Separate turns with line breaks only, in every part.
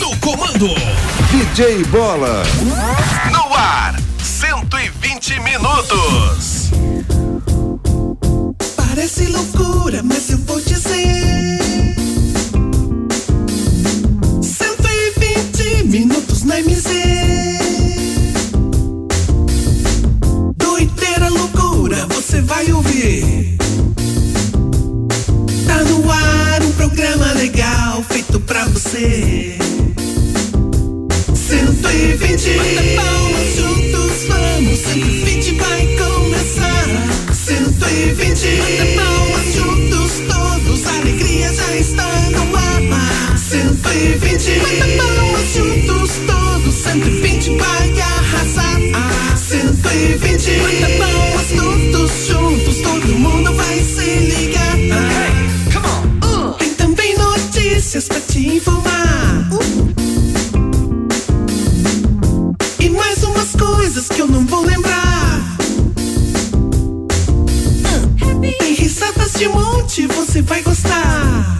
Eduardo.
DJ Bola.
No ar, 120 minutos.
Parece loucura, mas eu vou dizer. 120 minutos na MZ. Doideira, loucura, você vai ouvir. Tá no ar um programa legal feito pra você. 120 Bata palmas juntos, vamos 120 vai começar 120 Bata palmas juntos todos A alegria já está no ar 120 Bata palmas juntos todos 120 vai arrasar 120 Bata palmas todos juntos Todo mundo vai se ligar Tem também notícias pra te informar e mais umas coisas que eu não vou lembrar. Tem risadas de monte, você vai gostar.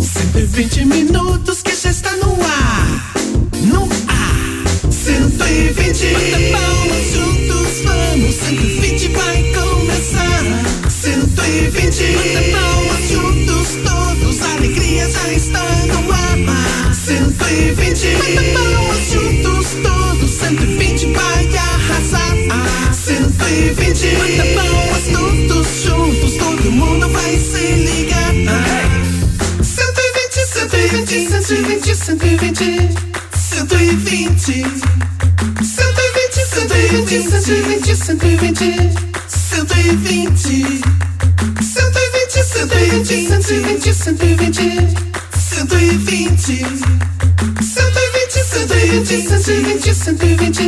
120 minutos que já está no ar. No ar. 120. Bata palmas juntos, vamos. 120 vai começar. 120. Bata palmas juntos todos, a alegria já está no ar. 120. Bata palmas juntos todos, 120 vai arrasar. 120. Bata palmas todos juntos, todo mundo vai se ligar. 120, 120, 120, 120. 120. 120, 120, 120, 120. 120. 120, 120, 120, 120. 120. 120, 120, 120, 120.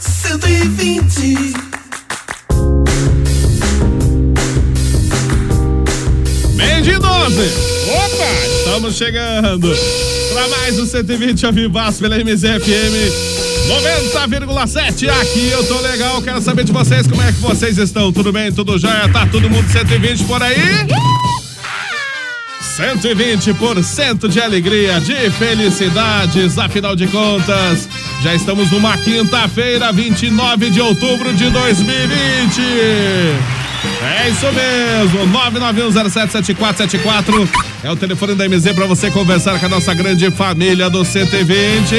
120.
Meio de 12. Opa, estamos chegando para mais um 120 ao vivaço pela MZFM 90,7. Aqui eu tô legal, quero saber de vocês como é que vocês estão. Tudo bem? Tudo jóia? Tá todo mundo 120 por aí? 120% de alegria, de felicidades, afinal de contas, já estamos numa quinta-feira, 29 de outubro de 2020. É isso mesmo, 991077474 é o telefone da MZ para você conversar com a nossa grande família do 120.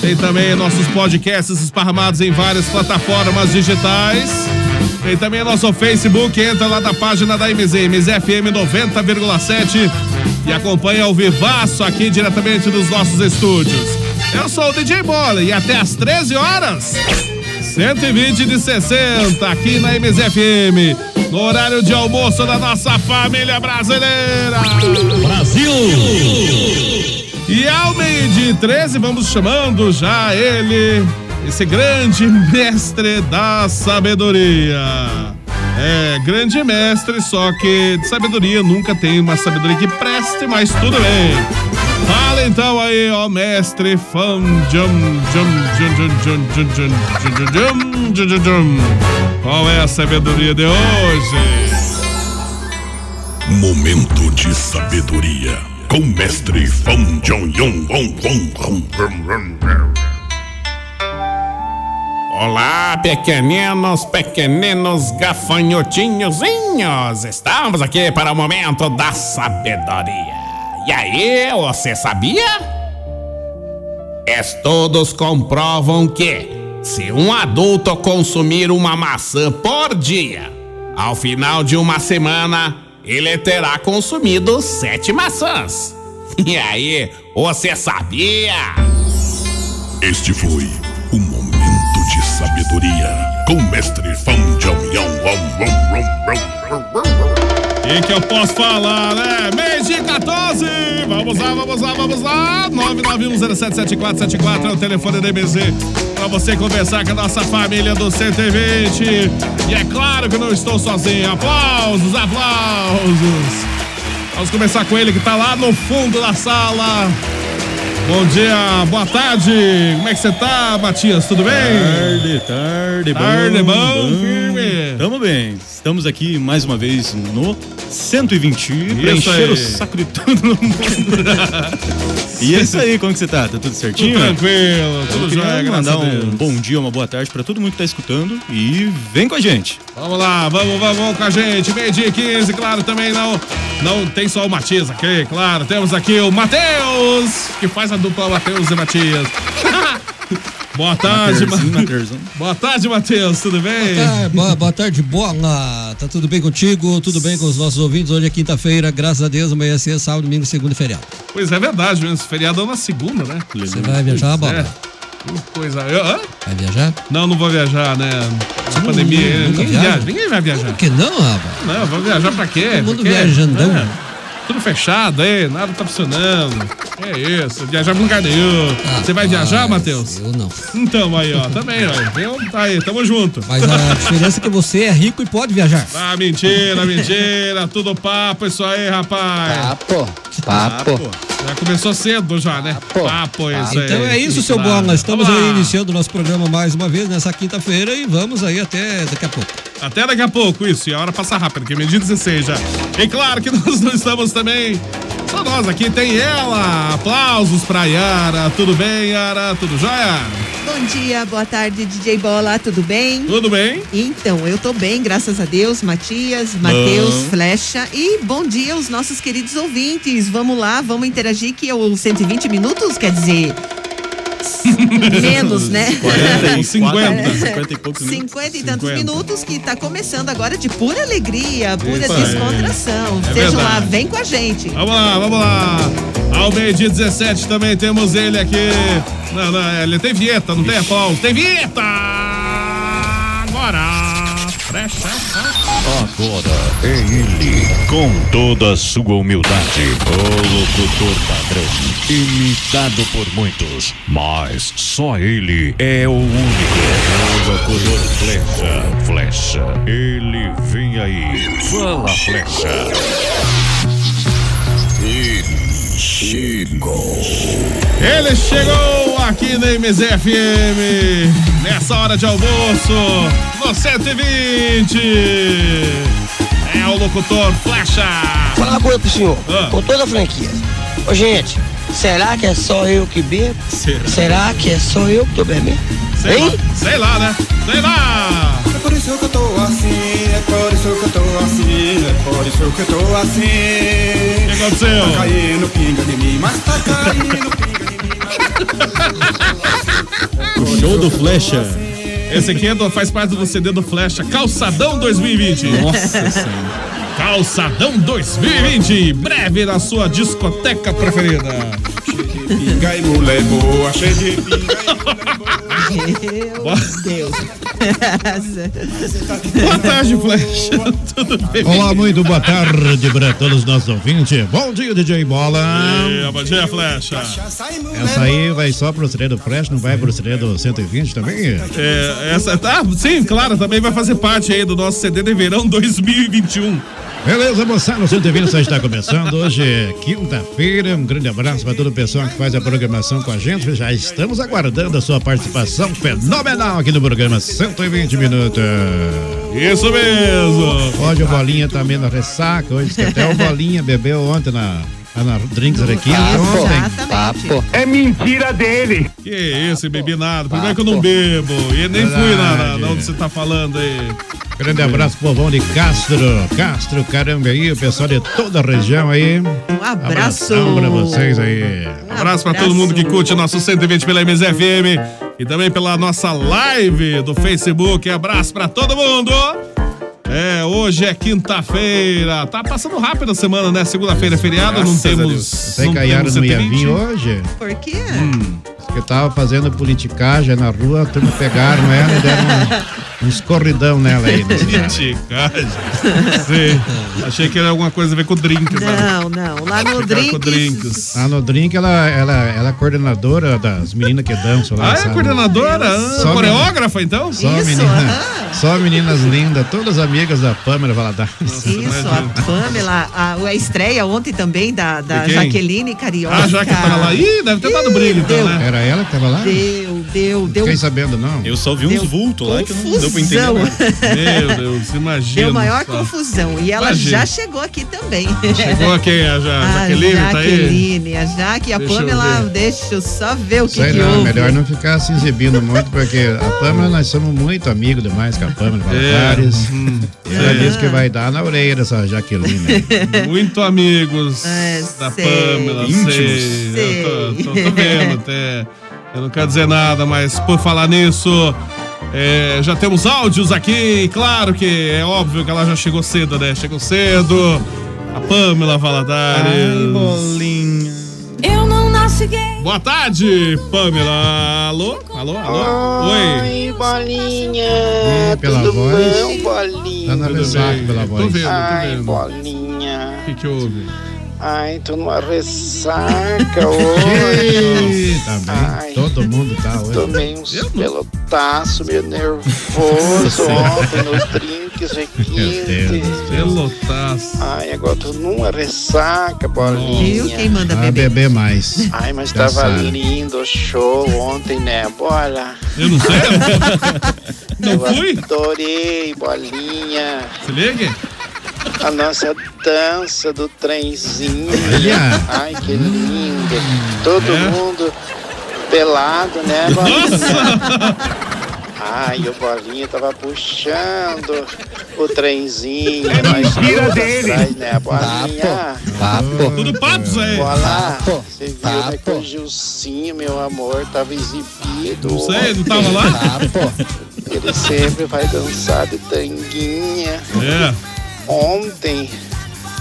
Tem também nossos podcasts esparramados em várias plataformas digitais. Tem também nosso Facebook, entra lá na página da MZ, MZFM 90,7 e acompanha ao vivaço aqui diretamente dos nossos estúdios. Eu sou o DJ Bola e até às 13 horas, 120 de 60 aqui na MZFM, no horário de almoço da nossa família brasileira. E ao meio de 13, vamos chamando já ele, esse grande mestre da sabedoria. É, grande mestre, só que de sabedoria nunca tem uma sabedoria que preste, mas tudo bem. Fala então aí, ó mestre Fam Jum Jum Jum Jum Jum Jum Jum Jum Jum Jum Jum Jum. Qual é a sabedoria de hoje?
Momento de sabedoria com mestre Fão Jong Yong Wong Wong Wong Wong Wong Wong.
Olá, Ah, pequeninos, pequeninos gafanhotinhozinhos! Estamos aqui para o momento da sabedoria. E aí, você sabia? Estudos comprovam que, se um adulto consumir uma maçã por dia, ao final de uma semana, ele terá consumido sete maçãs. E aí, você sabia?
Este foi o momento de sabedoria com mestre Fão Jong Yong Wong Wong Wong Wong Wong.
E que eu posso falar, né? Mês de 14! Vamos lá, vamos lá, vamos lá! 991077474 é o telefone da MZ pra você conversar com a nossa família do 120. E é claro que eu não estou sozinho. Aplausos, aplausos! Vamos começar com ele que tá lá no fundo da sala. Bom dia, boa tarde. Como é que você tá, Matias? Tudo bem?
Tarde, tarde, bom.
Tarde, bom,
bom.
firme.
Tamo bem.
Estamos aqui mais uma vez no 120 pra
Isso
encher
aí.
É, o saco de todo mundo. e é isso aí, como que você tá? Tá tudo certinho?
Tudo tranquilo, tudo
Eu
jóia,
queria
graças a
mandar
Deus.
um bom dia, uma boa tarde pra todo mundo que tá escutando e vem com a gente.
Vamos lá, vamos, vamos, vamos com a gente. Meio dia e 15, claro, também não, não tem só o Matias aqui, claro. Temos aqui o Matheus, que faz a dupla Matheus e Matias. Boa tarde,
Terzinho,
Matheus.
Matheuzão.
Boa tarde, Matheus, tudo bem?
Ah, boa, boa tarde, bola. Tá tudo bem contigo? Tudo bem com os nossos ouvintes? Hoje é quinta-feira, graças a Deus, amanhã é sexta, sábado, domingo, segunda e feriado.
Pois é verdade, mesmo. Feriado é na segunda, né?
Você vai viajar,
É.
bola?
Que Coisa. Eu, hã?
Vai viajar?
Não, não vou viajar, né? Essa pandemia.
Hum, nunca
Ninguém
viaja?
viaja. Ninguém vai viajar.
Por que não, rapaz?
Não, vou viajar pra quê?
Todo mundo
Pra quê?
viajandão.
É. Tudo fechado aí, nada tá funcionando. É isso, viajar pra lugar nenhum. Você vai viajar,
Ah, Rapaz,
Matheus?
Eu não.
Então, aí, ó, também, ó. Eu, tá aí, tamo junto.
Mas a diferença é que você é rico e pode viajar.
Ah, mentira, mentira, tudo papo isso aí, rapaz.
Papo, papo.
Já começou cedo já, né? Papo, isso aí.
Então é isso, seu
Claro.
Bola. Estamos
Vamos
aí
lá.
iniciando o nosso programa mais uma vez nessa quinta-feira e vamos aí até daqui a pouco.
Até daqui a pouco, isso. E a hora passa rápido, que é meio-dia e 16 já. E claro que nós não estamos também. Só nós aqui, tem ela. Aplausos pra Yara. Tudo bem, Yara? Tudo jóia?
Bom dia, boa tarde, DJ Bola, tudo bem?
Tudo bem?
Então, eu tô bem, graças a Deus, Matias, Matheus, Flecha e bom dia aos nossos queridos ouvintes. Vamos lá, vamos interagir que é o 120 minutos, quer dizer, menos, né?
40 e
50.
50. 50 e poucos minutos.
50 e tantos
50.
minutos que tá começando agora de pura alegria, pura
Isso aí.
descontração.
É
Sejam lá,
verdade.
vem com a gente.
Vamos lá, vamos lá. Ao meio-dia 17 também temos ele aqui. Não, não, ele tem vinheta, não tem aplauso. Tem vinheta! Agora! Presta
Agora é ele, com toda a sua humildade, o locutor padrão, imitado por muitos, mas só ele é o único. O locutor flecha, flecha, ele vem aí, fala flecha. Ele chegou.
Ele chegou aqui na MZFM, nessa hora de almoço, no 120. É o locutor Flecha.
Fala uma coisa pro senhor,
Ah.
com toda a franquia. Ô gente, será que é só eu que bebo?
Será?
Será que é só eu que tô bebendo?
Sei lá,
Hein?
sei lá, né? Sei lá.
É por isso que eu tô assim, é por isso que eu tô assim, é por isso que eu tô
O que
assim.
aconteceu?
Tá caindo pinga de mim, mas tá caindo pinga de mim. mas tá
O show do Flecha.
Esse aqui é do- faz parte do CD do Flecha, Calçadão 2020.
Nossa senhora.
Calçadão 2020, breve na sua discoteca preferida.
caindo Pinga e mulher boa, cheia de pinga e
Meu Deus.
Boa tarde, Flecha. Tudo bem?
Olá, muito boa tarde para todos os nossos ouvintes. Bom dia, DJ Bola.
E a É, Bom dia, Flecha.
sai mulher
Essa aí vai só pro CD do Fresh, não vai pro CD do 120 também?
É, essa, tá, sim, claro, também vai fazer parte aí do nosso CD de verão 2021.
Beleza, moçada, o 120 só está começando. Hoje é quinta-feira. Um grande abraço para todo o pessoal que faz a programação com a gente. Já estamos aguardando a sua participação fenomenal aqui no programa 120 Minutos.
Isso mesmo.
Hoje o Bolinha também na ressaca. Hoje que até o Bolinha bebeu ontem na, na Drinks Arequina.
Ah,
Ontem.
Tá
Exatamente.
Papo.
É Que isso, bebi nada.
Ah,
Primeiro que eu não bebo. E nem fui na, na, na onde você tá falando aí.
Grande abraço, povão de Castro. Castro, caramba aí, o pessoal de toda a região aí.
Um abraço.
Abração pra vocês aí.
Um
Abraço pra todo mundo que curte o nosso 120 pela MZFM e também pela nossa live do Facebook. Abraço pra todo mundo. É, hoje é quinta-feira. Tá passando rápido a semana, né? Segunda-feira é feriado, não Graças a
Eu
temos.
sei que a Yara não ia vir hoje,
Por quê?
porque tava fazendo politicagem na rua, a turma pegaram ela e deram um- uns corridão nela aí. né, cara?
Politicagem. Sim. Achei que era alguma coisa a ver com drink, né? sabe?
Não, não. Lá no
Ficar com
Drinks.
drinks.
A Nodrink, Ah, ela, ela, ela é coordenadora das meninas que dançam lá.
Ah, é
sabe?
coordenadora? Ah,
Só
coreógrafa, então?
Só,
Isso,
menina-
aham.
só meninas lindas, todas amigas da Pâmela Valadares.
Isso, a Pamela, a, a estreia ontem também da, da
De quem?
Jaqueline Carioca.
tá Ah, já que tá lá. Ih, deve ter dado briga, então,
deu.
né?
Era ela que tava lá?
Deu Deu, deu.
Fiquei sabendo, não.
Eu só vi
Deu
uns vultos lá que não deu pra entender. né?
confusão.
nada.
Meu Deus, imagina.
Deu maior
só.
confusão. E ela
Imagina.
já chegou aqui também.
Chegou aqui, a Ja-
A
Jaqueline, tá aí?
Jaqueline, a Jaque, a
Deixa eu
Pamela,
ver.
deixa eu só ver o que,
Sei
que
não,
houve.
melhor não ficar se exibindo muito, porque a Pâmela, nós somos muito amigos demais com a Pâmela
É,
Valadares.
uhum.
E ela disse que vai dar na orelha dessa Jaqueline.
Muito amigos da
sei,
Pamela.
íntimos.
Ah, sei. Eu tô, tô-
Sei.
tô vendo até. Eu não quero dizer nada, mas por falar nisso, é, já temos áudios aqui. e Claro que é óbvio que ela já chegou cedo, né? Chegou cedo. A Pamela Valadares.
Ai, bolinha.
Eu não nasci gay.
Boa tarde, Pamela. Alô? Alô? Alô? Oi.
Oi, bolinha.
pela
Ah, Tudo
voz.
bom, bolinha?
Tá na ressaca pela voz. Tô vendo, tô
Ai,
vendo.
bolinha.
O que, que houve?
Ai, tô numa ressaca hoje.
Tá Também, todo mundo tá hoje.
Tomei uns pelotaço meio nervoso ontem nos drinks
Meu Deus.
requintes.
Pelotaço.
Ai, agora tô numa ressaca, bolinha.
Ah, beber mais.
Ai, mas
Já
tava
sabe.
lindo o show ontem, né? Bola.
Eu não sei.
Não Eu Adorei, bolinha.
Se ligue.
A nossa dança do trenzinho.
Olha.
Ai, que lindo. Todo
É.
mundo pelado, né, bolinha? Ai, o bolinha tava puxando o trenzinho. mas
mentira
tudo
dele.
atrás, né, bolinha?
Papo. Tudo papo, Zé.
Bola, você viu né, que o Gilcinho, meu amor, tava exibido.
Não sei, não tava lá?
Ele sempre vai dançar de tanguinha.
É.
Ontem,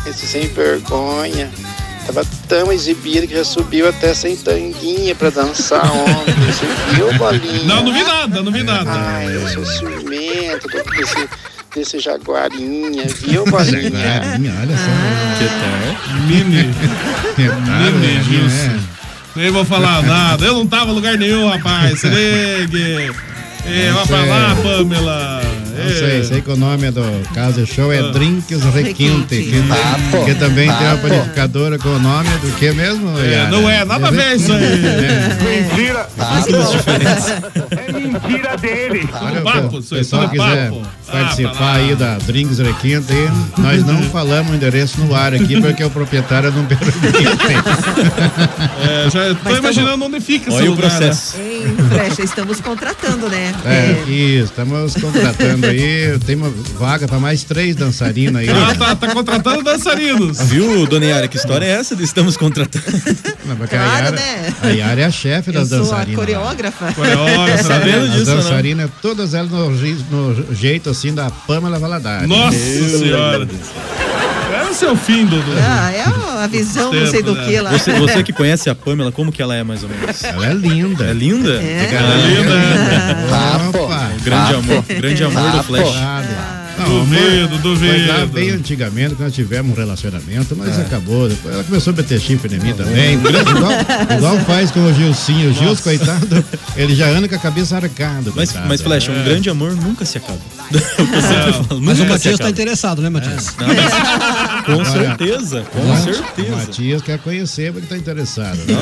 esse sem vergonha, tava tão exibido que já subiu até sem tanguinha pra dançar ontem. Você viu, bolinha?
Não, não vi nada, não vi nada.
Ai, eu sou ciumento do- desse, desse jaguarinha, viu, bolinha?
olha só.
Mini. Mini,
Gilson.
Nem vou falar nada. Eu não tava em lugar nenhum, rapaz. Se ligue. É, vai pra lá, Pamela.
Não sei, sei que o nome do caso show é
É. Ah.
Drinks Requinte, que,
Papo.
que também tem uma
Papo.
panificadora com o nome do que mesmo?
É,
Yara? né?
não é, nada a ver isso aí. Tá,
Mentira. É
Faz coisas diferentes.
mentira dele. Olha,
Tá Papo,
pô,
isso
se o
aí,
pessoal
tudo
quiser
papo. Ah, tá
participar aí da Drinks Requinte, nós não falamos o endereço no ar aqui porque o proprietário não pergunta.
É, já
tá
tô imaginando onde fica
Olha
esse
o
lugar,
processo.
né?
Hein, Flecha, estamos contratando, né?
É, isso, estamos contratando aí, tem uma vaga para mais três dançarinas aí. né?
Ah, tá, tá contratando dançarinos.
Viu, dona Yara, que história é essa? de Estamos contratando.
Não, porque a Yara-
né?
A Yara é a chefe das
Eu sou a
dançarinas.
coreógrafa.
tá
As
sabendo disso, né?
dançarinas, todas elas no, ri- no jeito assim da Pamela Valadares.
Nossa Senhora. Era o seu fim, Dudu.
Ah, é a visão, não sei do
né?
que lá.
né? Você, você que conhece a Pamela, como que ela é mais ou menos?
Ela é linda.
É linda?
É.
Ela é linda.
Opa.
O grande
Tá,
amor, o grande amor do Flash. Ah,
Duvido,
Foi lá
duvido.
bem antigamente, quando nós tivemos um relacionamento, mas
É.
acabou. Depois ela começou a meter chifre em mim
Tá
também. Igual, igual faz com o Gilcinho. O Gils, coitado, ele já anda com a cabeça arcada.
Mas,
coitado.
mas Flash, um
É.
grande amor nunca se acaba. É o que eu sempre falo,
Mas o
nunca se
Matias tá
acaba.
interessado, né, Matias?
Com
Olha,
certeza, com
É. Mati-
certeza.
Matias quer conhecer porque tá interessado. né?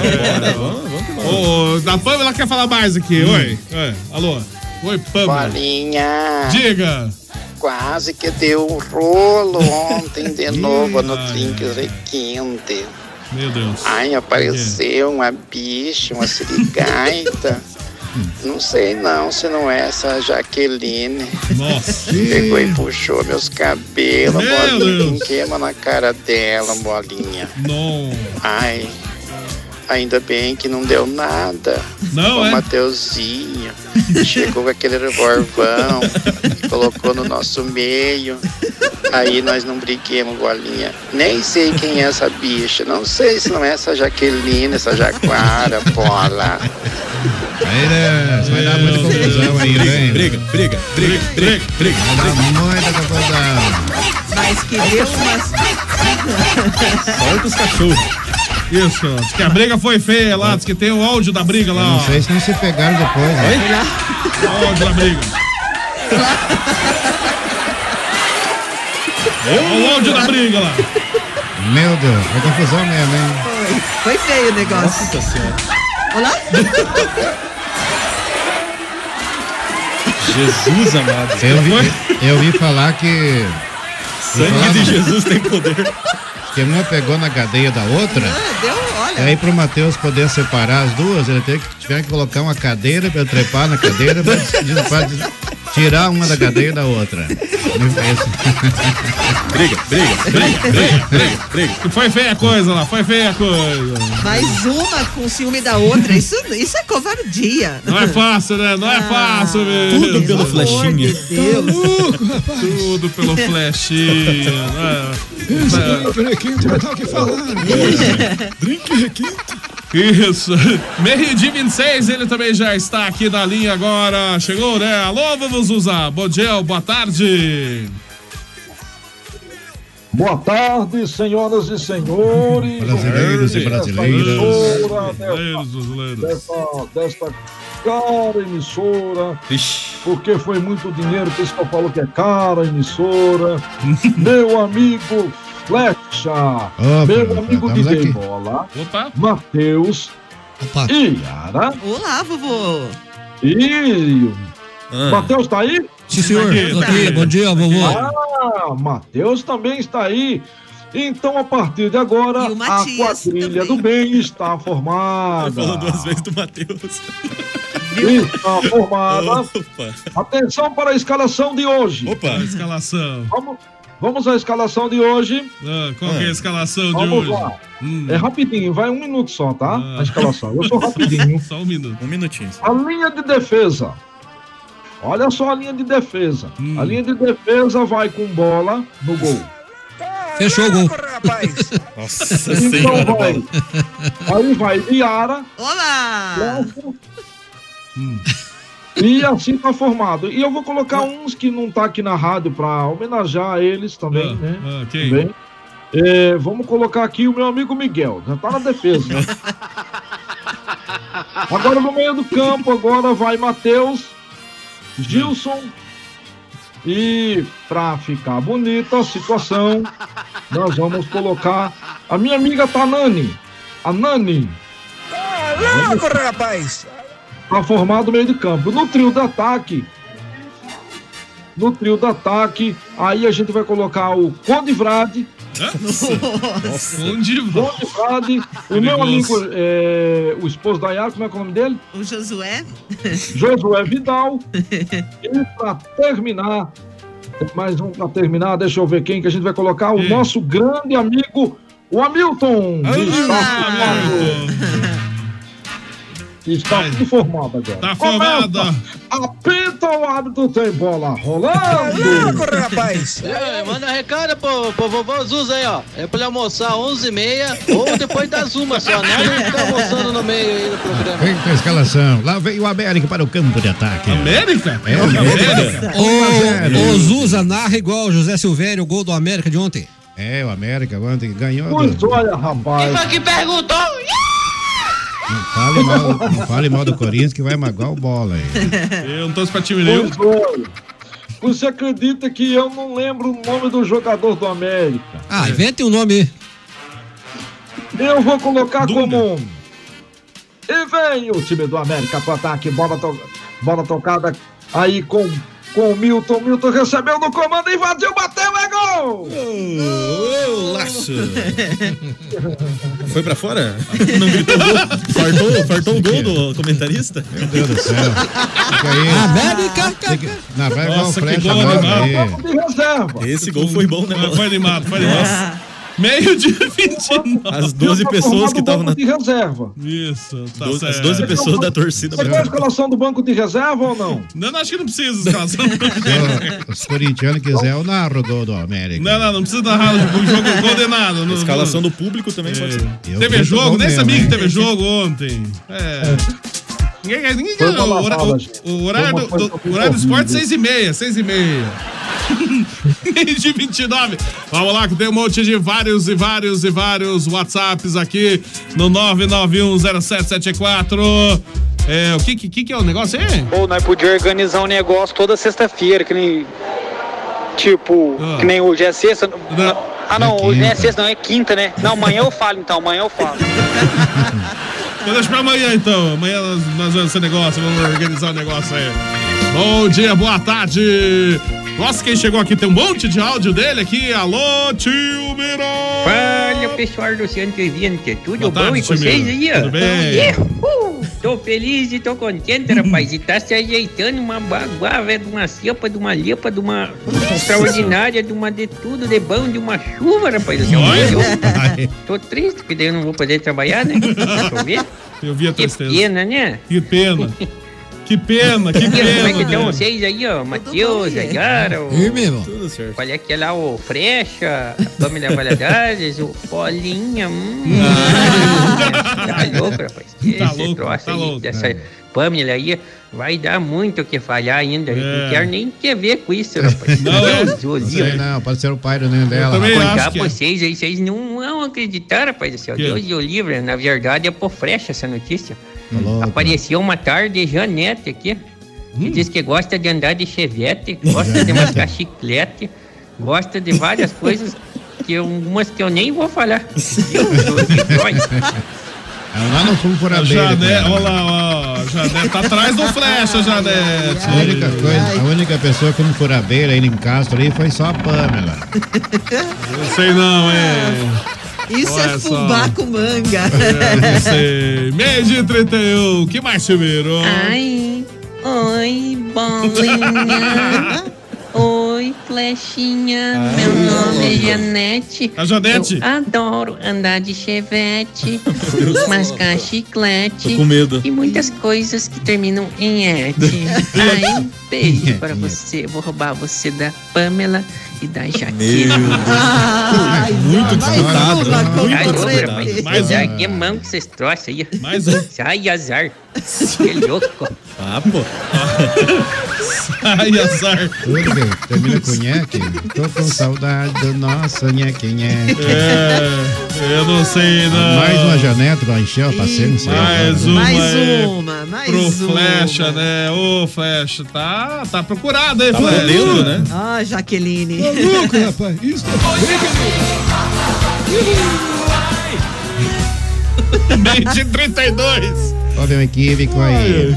Ô, ô, da Pamela quer falar mais aqui.
Hum.
Oi. Oi. Alô. Oi, Pamela.
Bolinha.
Diga.
Quase que deu um rolo ontem de novo no Drink Requinte.
Meu Deus.
Ai, apareceu uma bicha, uma sirigaita. Não sei não se não é essa Jaqueline.
É.
Nossa.
Pegou e puxou meus cabelos,
Meu
bolinha. Queima na cara dela, bolinha.
Não.
Ai, ainda bem que não deu nada.
Não,
o
é?
Mateuzinho chegou com aquele revolvão, colocou no nosso meio. Aí nós não briguemos, bolinha. Nem sei quem é essa bicha. Não sei se não é essa Jaqueline, essa Jaquara, bola.
Aí, né, vai dar muita confusão aí, né?
Briga, briga, briga, briga, briga.
Vai dar muita confusão.
Mas que deu umas.
Solta os cachorros.
Isso, diz que a briga foi feia lá, diz que tem o áudio da briga lá,
Não
ó.
sei se não se pegaram depois, né?
O áudio da briga. Ó, o áudio da briga lá.
Meu Deus, foi confusão mesmo, hein?
Foi feio o negócio. Olá?
Jesus amado.
Eu vi, eu vi falar que.
Sangue de Jesus tem poder.
Que uma pegou na cadeia da outra.
Deu, olha.
É
E aí pro Matheus poder separar as duas, ele teve que, tiveram que colocar uma cadeira pra eu trepar na cadeira pra, des- des- pra des- tirar uma da cadeia da outra. Não fez.
Briga, briga, briga, briga, briga, briga. Foi feia a coisa lá, foi feia a coisa.
Mais uma com ciúme da outra. Isso, isso é covardia.
Não é fácil, né? Não é fácil, velho.
Ah, Tudo pelo Pelo amor flechinha. de Deus.
Tá louco, rapaz. Tudo pelo flechinha. né?
Isso,
Tá-
drink requinte, vai dar o que falar. Drink requinte.
Isso. Meio de 26, ele também já está aqui na linha agora. Chegou, né? Alô, vamos usar. Bom dia, boa tarde.
Boa tarde, senhoras e senhores.
Brasileiros e brasileiras.
Emissora dessa, dessa, desta cara emissora. Porque foi muito dinheiro, o pessoal falou que é cara emissora. Meu amigo Flecha. meu amigo
tá, estamos
DJ
aqui.
Bola. Matheus. E Yara.
Olá, vovô.
E. Matheus tá aí?
Sim, senhor. Tô aqui. Bom dia, vovô.
Ah, Matheus também está aí. Então, a partir de agora, a quadrilha do bem está formada.
Falou duas vezes do Matheus.
Está formada. Atenção para a escalação de hoje.
Opa, escalação.
Vamos, vamos à escalação de hoje.
Ah, qual que é a escalação de
Vamos
hoje? Hum.
lá. É rapidinho, vai um minuto só, tá? A escalação. Eu sou rapidinho.
Só um minuto.
Um minutinho. só.
A linha de defesa. Olha só a linha de defesa.
Hum.
A linha de defesa vai com bola no gol.
Fechou o gol.
Nossa
Então
senhora.
vai. Aí vai Iara.
Olá!
E assim tá formado. E eu vou colocar uns que não tá aqui na rádio pra homenagear eles também,
Ah,
né? Também. É, vamos colocar aqui o meu amigo Miguel. Já tá na defesa. agora no meio do campo, agora vai Matheus, Gilson. E pra ficar bonita a situação, nós vamos colocar a minha amiga Tanani. A Nani.
Ah, Louco, rapaz!
Pra formar do meio de campo. No trio do ataque. No trio do ataque, aí a gente vai colocar o Conde Vrade.
Nossa. Onde vai?
Conde Vrade, o meu amigo,
Perigoso.
é, o esposo da Yara, como é que é o nome dele?
O Josué.
Josué Vidal. E pra terminar, tem mais um pra terminar, deixa eu ver quem que a gente vai colocar, o nosso grande amigo, o Hamilton. Está Está tudo formado agora.
Tá formado.
Apita o árbitro, tem bola rolando.
É, manda um recado pro, pro vovô Zuza aí, ó. É pra ele almoçar 11h30 ou depois das uma só. Não, ele fica almoçando no meio aí do programa.
Feita a escalação. Lá veio o América para o campo de ataque.
América?
É, América.
O, o Zuza narra igual o José Silvério, o gol do América de ontem.
É, o América ontem ganhou.
Pois olha, rapaz.
Quem foi que perguntou?
Não fale mal, não fale mal do Corinthians que vai magoar o bola aí.
Eu não tô pra time nenhum.
Pois é. Você acredita que eu não lembro o nome do jogador do América?
Ah, invente
um
o nome.
Eu vou colocar como. um. E vem o time do América pro ataque, bola, to... bola tocada aí com. Com o Milton, Milton recebeu no comando, invadiu, bateu, é gol!
Ô, laço. Foi pra fora? Ah. Não gritou gol? Fartou, fartou o gol do comentarista? Meu
Deus do céu.
América!
Não,
é
vai igual o
Nossa, que
Flecha
gol né?
agora.
animal.
aí.
Esse gol foi bom, né?
É.
É.
Foi animado, foi animado. Meio de 29.
As 12
tá
pessoas que estavam na.
De reserva. é
Isso, tá
Doze- as
certo.
12 pessoas da torcida.
Você quer a escalação do banco de reserva ou não?
Não, não, acho que não precisa de escalação.
Se os corintianos quiserem, eu narro o gol do América.
Não, não, não precisa narrar o jogo condenado. Não,
Escalação
do público também pode
Eu
Teve
tento
jogo,
gol
nem
mesmo,
sabia que
hein?
teve jogo ontem. É. Ninguém, ninguém
Foi uma
o, hora-
lavada,
o-
gente.
o horário
Foi uma
do,
coisa
do-
horrível.
horário do esporte, 6 e meia, 6 e meia. Meio de 29. Vamos lá, que tem um monte de vários e vários e vários WhatsApps aqui no 9910774. É, o que, que, que que é o negócio aí?
Ou nós podíamos organizar um negócio toda sexta-feira, que nem. Tipo, que nem hoje é sexta. Ah, não, hoje não é sexta, não, é quinta, né? Não, amanhã eu falo então, amanhã eu falo.
Então deixa pra amanhã então. Amanhã nós, nós vamos esse um negócio, vamos organizar o negócio aí. Bom dia, boa tarde. Nossa, quem chegou aqui tem um monte de áudio dele aqui. Alô, tio Miro.
Fala, pessoal do Oceano Vivente. é Tudo
Boa tarde,
bom e
tio
vocês
Miro.
aí? ó?
Tudo bem.
Ihu! Tô feliz e tô contente, rapaz. E tá se ajeitando uma baguava, é de uma cepa, de uma lepa, de uma extraordinária, de uma de tudo, de bom, de uma chuva, rapaz. Eu, eu tô triste, porque daí eu não vou poder trabalhar, né? Tô vendo.
Eu vi a
Que
tristeza.
pena, né?
Que pena. Que pena, que
Como é que
pena.
estão
velho.
vocês aí, ó? Matheus,
bem.
Ayara, o...
E mesmo?
Tudo certo. Olha aqui é lá, o Frecha, a Pamela Valadares, o Polinha, hum. tá louco, rapaz. Esse troço aí, dessa Pamela aí, vai dar muito o que falhar ainda. Não quero nem ter ver com isso, rapaz.
Não, é?
Deus o
Não
livre.
sei, não, pode ser o pai né, dela.
Vou
rapaz.
contar pra vocês aí, vocês não vão acreditar, rapaz do céu.
é. Que?
Deus e o livre, na verdade é por frecha essa notícia.
Tá louco.
Apareceu uma tarde Janete aqui, que diz que gosta de andar de chevette, gosta de mascar chiclete, gosta de várias coisas, que eu, umas que eu nem vou falar.
Ela É, lá no fundo furadeira.
Jané,
cara.
olha lá, ó. Jané tá atrás do flecha, Janete.
A única, coisa, a única pessoa que não fura a beira aí em Castro aí foi só a Pamela.
Não sei não, hein?
Isso
Olha
é
só.
fubá com manga.
É, não sei. Meio de 31. Que mais, Chimeiro?
Ai, oi, bolinha. oi, flechinha. Meu nome é Janete.
A Janete.
Eu adoro andar de chevette, mascar chiclete.
Tô com medo.
E muitas coisas que terminam em ete. Ai, um beijo pra você. Vou roubar você da Pamela e da Jaqueline.
Ai,
muito
disputado, uma né? Muito
Ai,
disputado.
outra, mas
Mais
já
um.
Que mão que vocês trouxem aí.
Mais um.
Sai azar. Que louco.
Ah, pô.
Ai, azar.
Tudo bem, termina com nheque. Tô com saudade do nosso nheque, nheque.
É, eu não sei não.
Mais uma janeta pra encher o passeio, não sei.
Mais
né?
uma, é, pro
uma.
Flecha, né? Ô, Flecha, tá, tá procurado, hein,
Tá
Flecha?
maneiro, Ah, Jaqueline.
Tá né? louco,
rapaz. Isso
Meio de 32.
Olha um equívoco aí.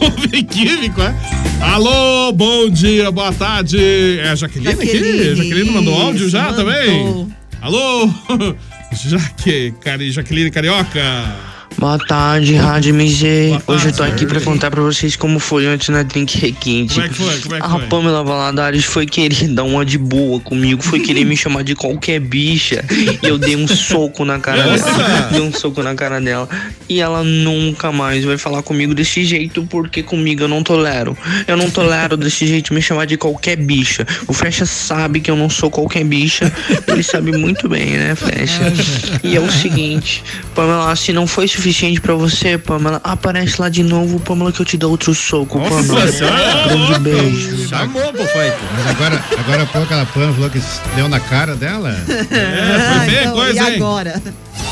Houve equívoco, é? Alô, bom dia, boa tarde. É a Jaqueline, aqui?
Jaqueline,
A Jaqueline mandou áudio já
mandou.
também? Alô, Jaque, Cari, Jaqueline Carioca.
Boa tarde, Rádio MG. Hoje eu tô aqui pra contar pra vocês como foi antes na Drink Requinte.
Como é que foi? Como é que
a
foi?
Pamela Valadares foi querer dar uma de boa comigo, foi querer me chamar de qualquer bicha. E eu dei um soco na cara dela. Dei um soco na cara dela. E ela nunca mais vai falar comigo desse jeito, porque comigo eu não tolero. Eu não tolero desse jeito me chamar de qualquer bicha. O Flecha sabe que eu não sou qualquer bicha. Ele sabe muito bem, né, Flecha? E é o seguinte, Pamela, se não foi suficiente pra você, Pamela, aparece lá de novo, Pamela, que eu te dou outro soco,
Nossa
Pamela.
Senhora! é
Grande beijo.
Chamou, pô, foi. né? Mas agora, agora há pouco ela Pamela falou que deu na cara dela.
É,
bem coisa,
E
hein?
agora?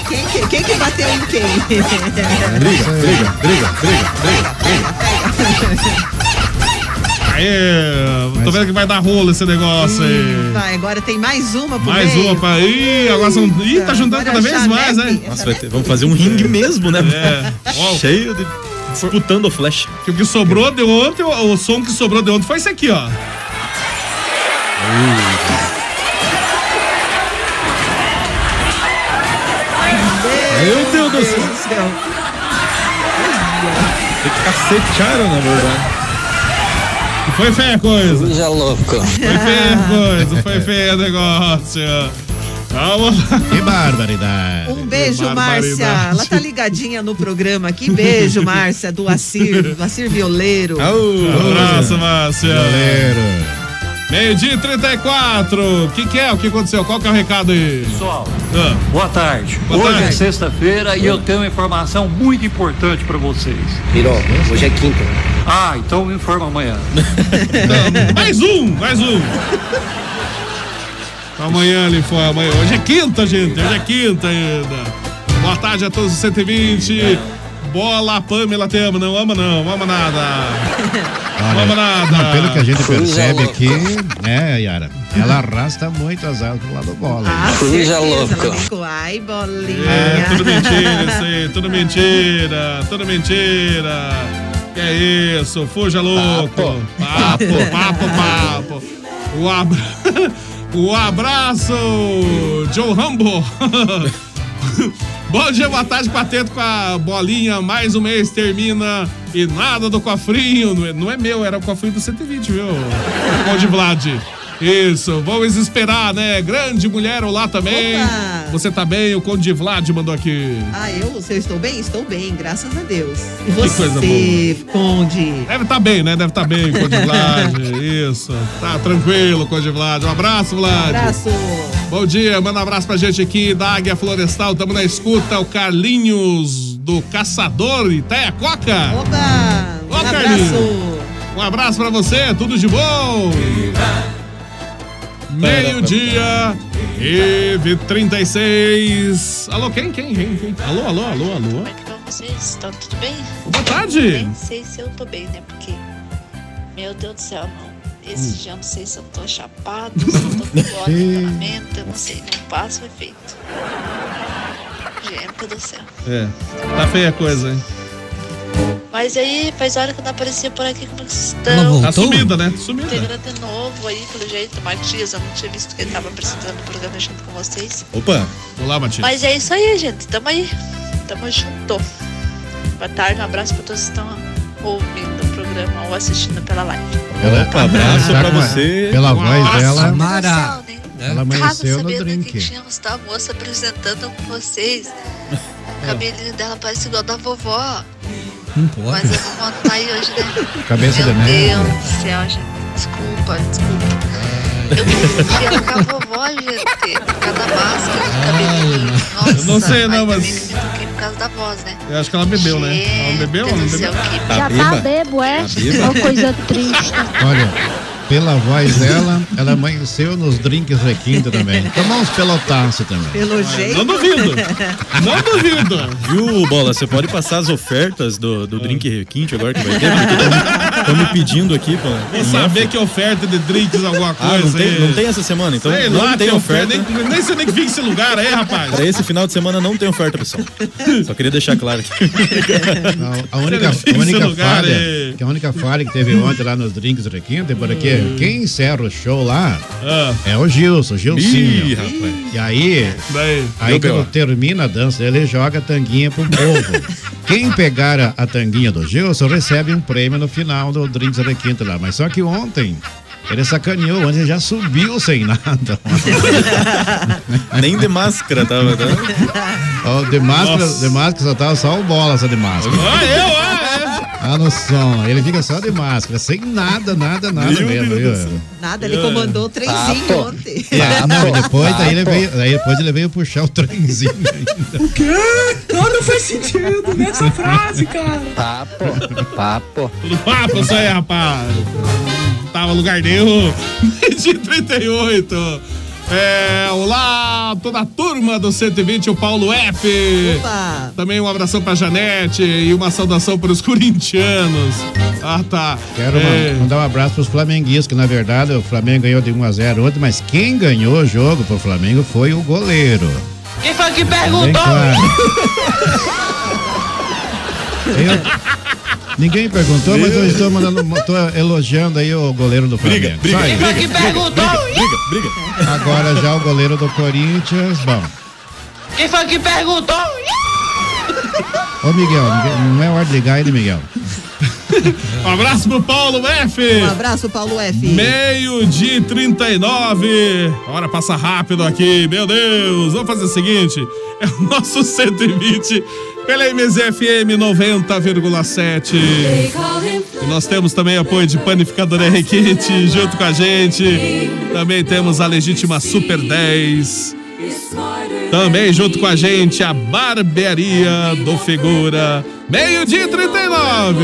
Quem, que- quem que bateu em quem?
Briga, briga, briga, briga,
Aê, tô vendo que vai dar rolo esse negócio aí.
Vai, agora tem mais uma pro
Mais
meio.
uma pra. Ih, agora são. Ih, tá juntando cada vez mais, né? É.
Nossa, vai ter- vamos fazer um ringue mesmo, né?
Ó,
Cheio de. disputando o flash.
Que o que sobrou de ontem, o, o som que sobrou de ontem foi esse aqui, ó.
Meu Deus do céu. Tem que cacetearam, na verdade.
Foi feia a coisa.
Já louco.
Foi feia a coisa, foi feio o negócio. Vamos lá.
Que barbaridade.
Um beijo, Márcia. Ela tá ligadinha no programa aqui. Beijo, Márcia, do Acir, do Acir Violeiro.
Um Abraço, Márcia. Meio-dia e 34. O que, que é? O que aconteceu? Qual que é o recado aí?
Pessoal,
Ah.
boa tarde.
Boa
hoje
tarde.
é sexta-feira
Ah.
e eu tenho uma informação muito importante para vocês.
Pirou, hoje
é quinta. Ah, então me informa amanhã.
mais um, mais um. Então, Amanhã ele foi, amanhã. Hoje é quinta, gente. Hoje é quinta ainda. Boa tarde a todos os 120. Bola, Pamela, te ama. Não ama, não. Ama nada.
Olha,
Ama nada.
não, pelo que a gente
é
Coisa
percebe
louca.
aqui, né, Yara? Ela arrasta muito as asas pro lado do bola.
Ah,
né?
Certeza,
é
né? ela vem com- Ai, bolinha.
é
É, tudo mentira isso aí, tudo mentira, tudo mentira. Que é isso, fuja louco. Papo, papo, papo. O, abra... o abraço, Joe Rambo. Bom dia, boa tarde, Pateto com a bolinha. Mais um mês termina e nada do cofrinho. Não é- Não é meu, era o cofrinho do 120, viu? Bom de Vlad. Isso, vamos esperar, né? Grande mulher, olá também.
Opa!
Você tá bem? O Conde de Vlad mandou aqui.
Ah, eu? Se eu estou bem? Estou bem, graças a Deus. E
Que coisa
você,
boa.
Conde?
Deve estar bem, né? Deve estar bem, Conde Vlad. Isso. Tá tranquilo, Conde Vlad. Um abraço, Vlad.
abraço.
Bom dia, manda um abraço pra gente aqui da Águia Florestal. Tamo na escuta, o Carlinhos do Caçador Itaia Coca.
Opa!
Um Um abraço pra você, tudo de bom. Meio-dia e 36. Alô, quem, quem, quem, quem? Alô, alô, alô, alô.
Então, vocês estão tudo bem?
Boa tarde.
Eu nem sei se eu tô bem, né? Porque, meu Deus do céu, não. Esse
Hum.
dia eu não sei se eu tô chapado, se eu tô com gole, lamento, eu não sei, não passo o efeito. Gente do céu.
É, tá feia a coisa, hein?
Mas aí, faz hora que eu não aparecia por aqui, como é vocês
Ela
estão?
voltou? Tá sumida, né? Sumida.
Integrando de novo aí, pelo jeito, Matias, eu não tinha visto que ele tava apresentando o programa junto com vocês.
Opa. Olá, Matias.
Mas é isso aí, gente. Tamo aí. Tamo junto. Boa tarde, um abraço pra todos que estão ouvindo o programa ou assistindo pela live.
Opa,
abraço pra
tá com a-
você.
Pela voz
Nossa,
dela.
Mara.
né?
Ela amanheceu no drink.
Tínhamos tá, a moça apresentando com vocês. O cabelinho dela parece igual da vovó.
Não
Mas eu vou contar aí hoje, né?
Cabeça de
Meu
mel.
Deus do céu, gente. Desculpa, desculpa. Eu queria ficar vovó, gente. Por causa da máscara.
Eu não sei, não, mas
Eu fiquei por causa da voz, né?
eu acho que ela bebeu, né? Ela bebeu? Ela não bebeu?
Já
beba?
bebo, é?
Tá beba?
Uma coisa triste.
Olha, pela voz dela, ela amanheceu nos drinks requinta também. Tomar uns pelotaço também.
Pelo jeito.
Não duvido.
Viu, Bola? Você pode passar as ofertas do, do Drink Requinte agora que vai ter? Estão me pedindo aqui, pô. é
Vou saber que oferta de drinks, alguma coisa.
Ah, não tem,
aí.
não tem essa semana, então
Sei
não
lá,
tem oferta.
Nem, nem sei nem que fica esse lugar aí, rapaz.
Pra esse final de semana não tem oferta, pessoal. Só queria deixar claro aqui.
A única,
Esse
a única
lugar
falha,
é-
que a única falha que teve ontem lá nos drinks requinta, porque
Hum.
quem encerra o show lá é o Gilson, o Gilcinho.
Ah. Ih, rapaz.
E aí, aí
deu
quando
B.O.
termina a dança, ele joga a tanguinha pro povo. Quem pegar a, a tanguinha do Gilson recebe um prêmio no final do Drinks da Quinta lá. Mas só que ontem ele sacaneou, ontem ele já subiu sem nada.
Nem de máscara tava, né?
Ó, de, máscara,
Nossa.
de máscara só tava só o bola, só de máscara.
Ah, eu,
Ah, no som. Ele fica só de máscara, sem nada, nada, nada
Meu
mesmo.
Deus
viu?
do céu. Nada, ele comandou o trenzinho ontem.
Ah, não, e depois, daí ele
Papo.
veio, daí depois ele veio puxar o trenzinho.
O quê? Não, não faz sentido nessa frase, cara.
Papo, papo.
é. Tudo papo, isso aí, rapaz. Tava lugar nenhum. De 38. É, olá, toda a turma do 120, o Paulo F.
Opa.
Também um abração pra Janete e uma saudação pros corintianos. Ah, tá.
Quero ma-
É,
mandar um abraço pros flamenguistas, que na verdade o Flamengo ganhou de 1 a 0 ontem, mas quem ganhou o jogo pro Flamengo foi o goleiro.
Quem foi que
Bem claro. Eu- ninguém perguntou, mas eu estou mandando, tô elogiando aí o goleiro do Flamengo. Só isso.
briga, briga.
Agora já o goleiro do Corinthians, bom.
Quem foi que perguntou?
Ô Miguel, Miguel, não é hora de ligar ele, Miguel.
Um abraço pro Paulo F.
Um abraço, Paulo F.
Meio dia e 39. A Hora passa rápido aqui, meu Deus. Vamos fazer o seguinte: é o nosso 120 pela MZFM 90,7. E nós temos também apoio de Panificadora Requinte junto com a gente. Também temos a Legítima Super 10. Também junto com a gente a Barbearia do Figura. Meio dia e 39.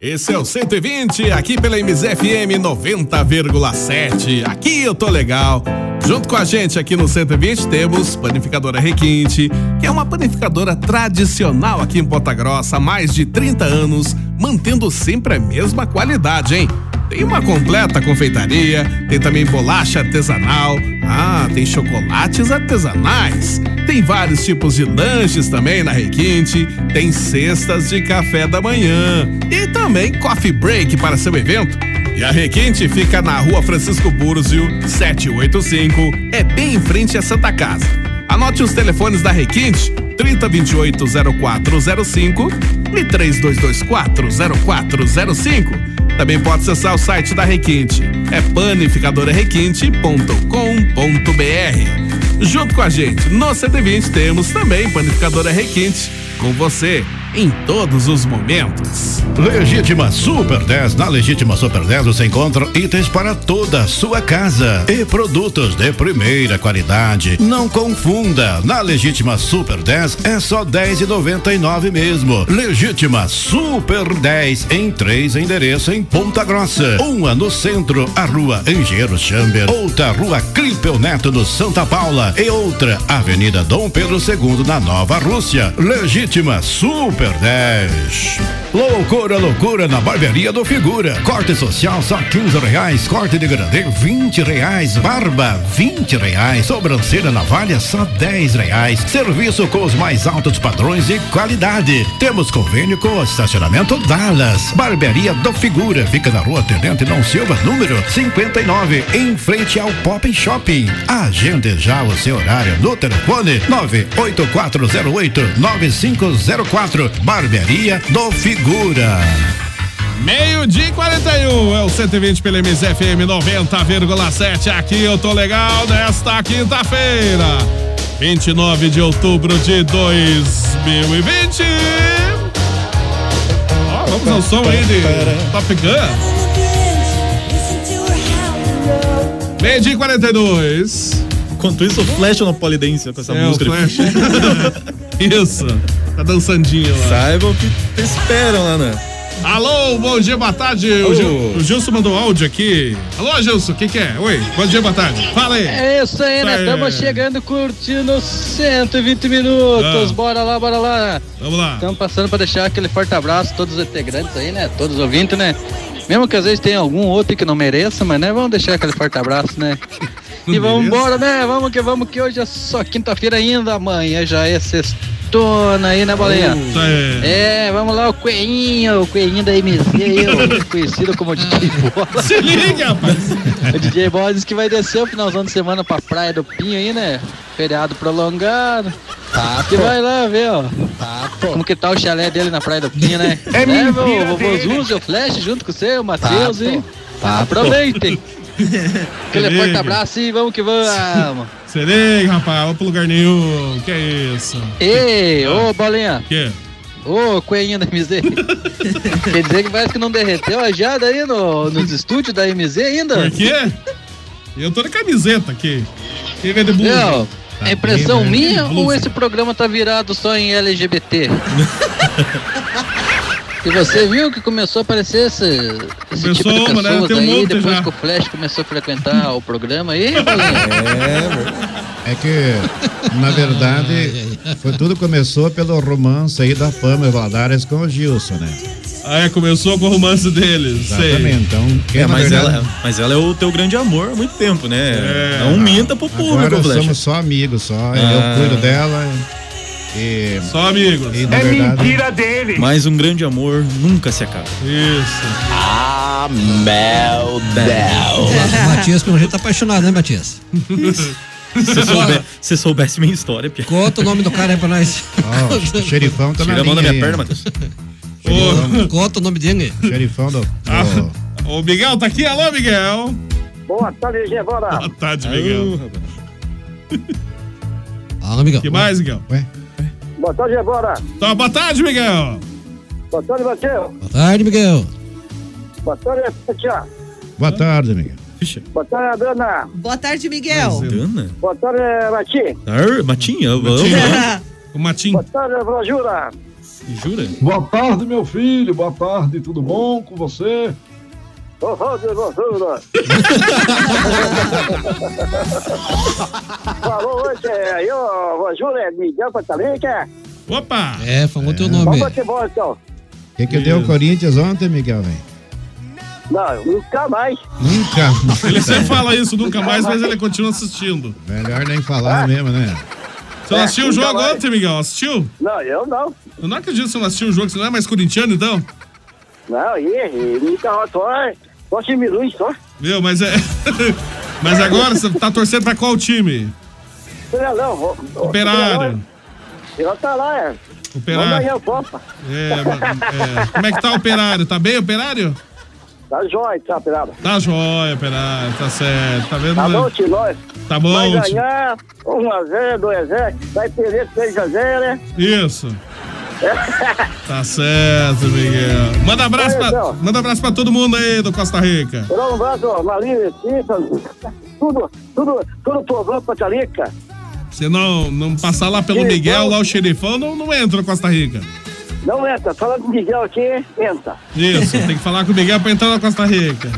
Esse é o 120, aqui pela MZFM 90,7. Aqui eu tô legal. Junto com a gente aqui no 120 temos Panificadora Requinte, que é uma panificadora tradicional aqui em Ponta Grossa há mais de 30 anos, mantendo sempre a mesma qualidade, hein? Tem uma completa confeitaria, tem também bolacha artesanal, ah, tem chocolates artesanais, tem vários tipos de lanches também na Requinte, tem cestas de café da manhã e também coffee break para seu evento. E a Requinte fica na rua Francisco Búrzio, 785, é bem em frente à Santa Casa. Anote os telefones da Requinte 3028-0405 e 3224-0405. Também pode acessar o site da Requinte, é panificadorarequinte.com.br. Junto com a gente, no CD20 temos também Panificadora Requinte, com você em todos os momentos.
Legítima Super 10. Na Legítima Super 10 você encontra itens para toda a sua casa e produtos de primeira qualidade. Não confunda. Na Legítima Super 10 é só 10,99 mesmo. Legítima Super 10 em três endereços em Ponta Grossa. Uma no centro, a Rua Engenheiro Chamber. Outra, Rua Clipeu Neto no Santa Paula. E outra, Avenida Dom Pedro II na Nova Rússia. Legítima Super 10. Loucura, loucura na barbearia do Figura. Corte social só 15 reais. Corte de grande 20 reais. Barba 20 reais. Sobrancelha navalha só 10 reais. Serviço com os mais altos padrões e qualidade. Temos convênio com o estacionamento Dallas. Barbearia do Figura. Fica na rua Tenente Dom Silva, número 59, em frente ao Pop Shopping. Agende já o seu horário no telefone 98408 9504. Barbearia do Figura.
Meio dia e 41, é o 120 pela MZFM 90,7. Aqui eu tô legal nesta quinta-feira, 29 de outubro de 2020. Ó, vamos ao som aí de Top Gun. Meio dia e 42.
Enquanto isso, o Flash na polidência com essa
É, o
música.
Flash. Isso. Tá dançandinho lá.
Saibam o que te esperam lá, né?
Alô, bom dia, boa tarde. O,
Alô.
Gil- o Gilson mandou um áudio aqui. Alô, Gilson, o que, que é? Oi, bom dia, boa tarde. Fala aí.
É isso aí, né?
Isso aí.
Estamos chegando curtindo 120 minutos.
Ah.
Bora lá, bora lá.
Vamos lá.
Estamos passando para deixar aquele forte abraço a todos os integrantes aí, né? Todos os ouvintes, né? Mesmo que às vezes tenha algum outro que não mereça, mas né, vamos deixar aquele forte abraço, né? E vamos embora, né? Vamos que vamos, que hoje é só quinta-feira ainda, amanhã já é sextona aí, né, bolinha?
Tá
Isso aí.
É, vamos lá, o Coelhinho, o Coelhinho da MC aí, o conhecido como DJ Bola.
Se liga, rapaz!
O DJ Bola disse que vai descer o finalzão de semana pra Praia do Pinho aí, né? Feriado prolongado. Tá, que vai lá ver, ó. Tá, Como que tá o chalé dele na Praia do Pinho, né?
É
né,
mentira
meu, vovô
dele.
Zuz, o Flash junto com você, o Matheus
Tá,
e...
pô.
Tá, aproveitem. Aquele
Beleza.
forte abraço e vamos que vamos.
Se liga, rapaz, vou pro lugar nenhum. Que é isso?
É. Ei, ô Bolinha.
Que? é?
Ô, coelhinho da MZ. Quer dizer que parece que não derreteu a jada aí no, nos estúdios da MZ ainda?
Por quê? Eu tô na camiseta aqui. Quem vê de blusa?
Não,
Tá
é impressão
bem, né?
minha ou
Blusa.
esse programa tá virado só em LGBT? e você viu que começou a aparecer esse, esse tipo de
Começou uma,
pessoas
né? Tem um
aí,
monte
depois
já.
que o Flash começou a frequentar o programa aí, Bolinha?
É que, na verdade, foi tudo começou pelo romance aí da Pamela Valadares com o Gilson, né?
Ah, é, começou com o romance deles.
Exatamente, então, quem
É,
na
mas,
verdade-
ela, mas ela é o teu grande amor há muito tempo, né?
É.
não minta pro público,
Agora
Flash.
somos só amigos, só.
Ah.
Eu cuido dela e...
Só amigos.
E,
É
É
na verdade,
dele.
Mas um grande amor nunca se acaba.
Isso.
Ah, meu
O Matias, pelo jeito, tá apaixonado, né, Matias?
Se, souber, se soubesse minha história, Pia.
Conta o nome do cara aí pra nós.
Ó, o xerifão tá na
Tira a mão da
linha
minha
aí,
perna,
ó.
Matheus.
Conta o nome dele.
Xerifão do...
O Miguel tá aqui, alô, Miguel.
Boa tarde, Gebora.
Boa tarde, Miguel.
Uhum.
Fala, Miguel.
Que mais, Miguel?
Boa tarde, Gebora.
Tá, boa tarde, Miguel.
Boa tarde, Matheus.
Boa tarde, Miguel.
Boa tarde, Tia.
Boa tarde, amiga.
Boa tarde, Adana.
Boa tarde, Miguel.
Dana?
é-
Boa tarde, Mati.
Ar, Matinha, vamos. lá.
né? O Matinho.
Boa tarde, Brajura.
Jura?
Boa tarde, meu filho. Boa tarde, tudo bom com você?
Ô, Roger, Brajura. Falou hoje, aí, ó, Brajura, é Miguel Patalica.
Opa!
É, falou teu nome.
Vamos bater bola, então.
O que, que deu o Corinthians ontem, Miguel, velho?
Não, nunca mais.
Nunca.
Ele sempre fala isso, nunca mais, mas ele continua assistindo.
Melhor nem falar mesmo, né?
Você não
É,
assistiu o
nunca
jogo
mais.
ontem, Miguel? Assistiu?
Não, eu não.
Eu não acredito que você não assistiu o jogo, você não é mais corintiano, então?
Não, e, e nunca só, é. só time ruim, só.
Viu, mas é... Mas agora você tá torcendo pra qual time?
Estrelão, ó, ó,
Operário.
Estrelão tá lá, é.
Operário.
Vamos ganhar a Copa.
É, ma- é. Como é que tá o operário? Tá bem, operário?
Tá jóia, tá, Pirada?
Tá jóia, operário, tá certo. Tá vendo?
Tá bom, tio, nós.
Tá bom,
Vai
tio.
ganhar 1x0, 2x0, vai perder 3x0, né?
Isso. Tá certo, Miguel. Manda abraço, pra,
então.
manda abraço pra todo mundo aí do Costa Rica.
Dá um abraço, ó, Marinho, Cícero, tudo, tudo, tudo povão Patalica.
Se não, não passar lá pelo
Xerifão.
Miguel, lá o xerifão, não, não entra no Costa Rica.
Não entra, fala com o Miguel aqui, entra.
Isso, tem que falar com o Miguel pra entrar na Costa Rica.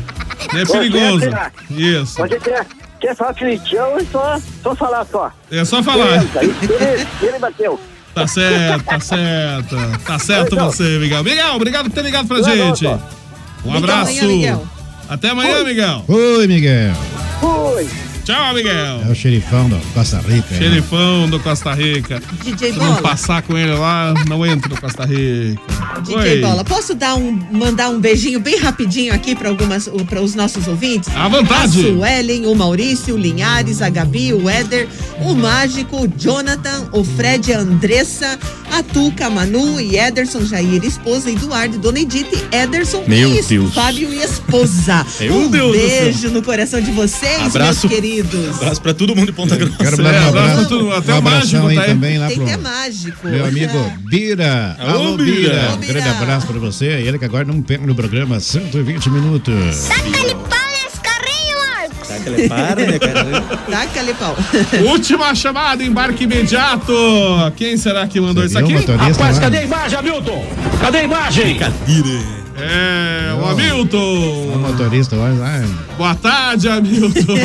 É perigoso. Isso.
Você quer, quer falar com o Litião, é só, só falar só.
É só falar.
Entra, Ele, ele bateu.
Tá certo, tá certo. Tá certo
Então.
você, Miguel. Miguel, obrigado por ter ligado pra
Não é
gente.
não,
Um
Até
abraço.
amanhã, Miguel.
Até amanhã, Miguel.
Oi, Miguel.
Fui.
Tchau, Miguel.
É o xerifão da Costa Rica. hein?
Xerifão do Costa Rica.
DJ
Se não
Bola.
passar com ele lá, não entra no Costa Rica.
DJ
Oi.
Bola, posso dar um, mandar um beijinho bem rapidinho aqui para algumas, para os nossos ouvintes?
À vontade.
A Suelen, o Maurício, o Linhares, a Gabi, o Éder, o Mágico, o Jonathan, o Fred, a Andressa, a Tuca, a Manu e Ederson, Jair, esposa, Eduardo, Dona Edith, Ederson,
Meu
e
Deus.
Fábio e esposa.
Meu
um
Deus do céu.
beijo no coração de vocês,
Abraço.
meus queridos.
Abraço pra todo mundo de Ponta Grossa.
Quero
É,
mandar um abraço.
até
um
o
abração
mágico
aí
tá aí.
também lá
Tem
pro
que ter mágico.
meu amigo Bira.
Alô,
Alô, Bira.
Bira.
Um grande abraço pra você. Ele que agora não pega no programa 120 minutos.
Tá,
Taca-lhe para, né, cara?
Taca-lhe pau.
Última chamada, embarque imediato. Quem será que mandou
Seria
isso
o
aqui?
motorista
né?
Rapaz, lá. cadê
a imagem, Hamilton? Cadê a imagem? É, o Hamilton.
O motorista, olha lá.
né?
Boa tarde, Hamilton.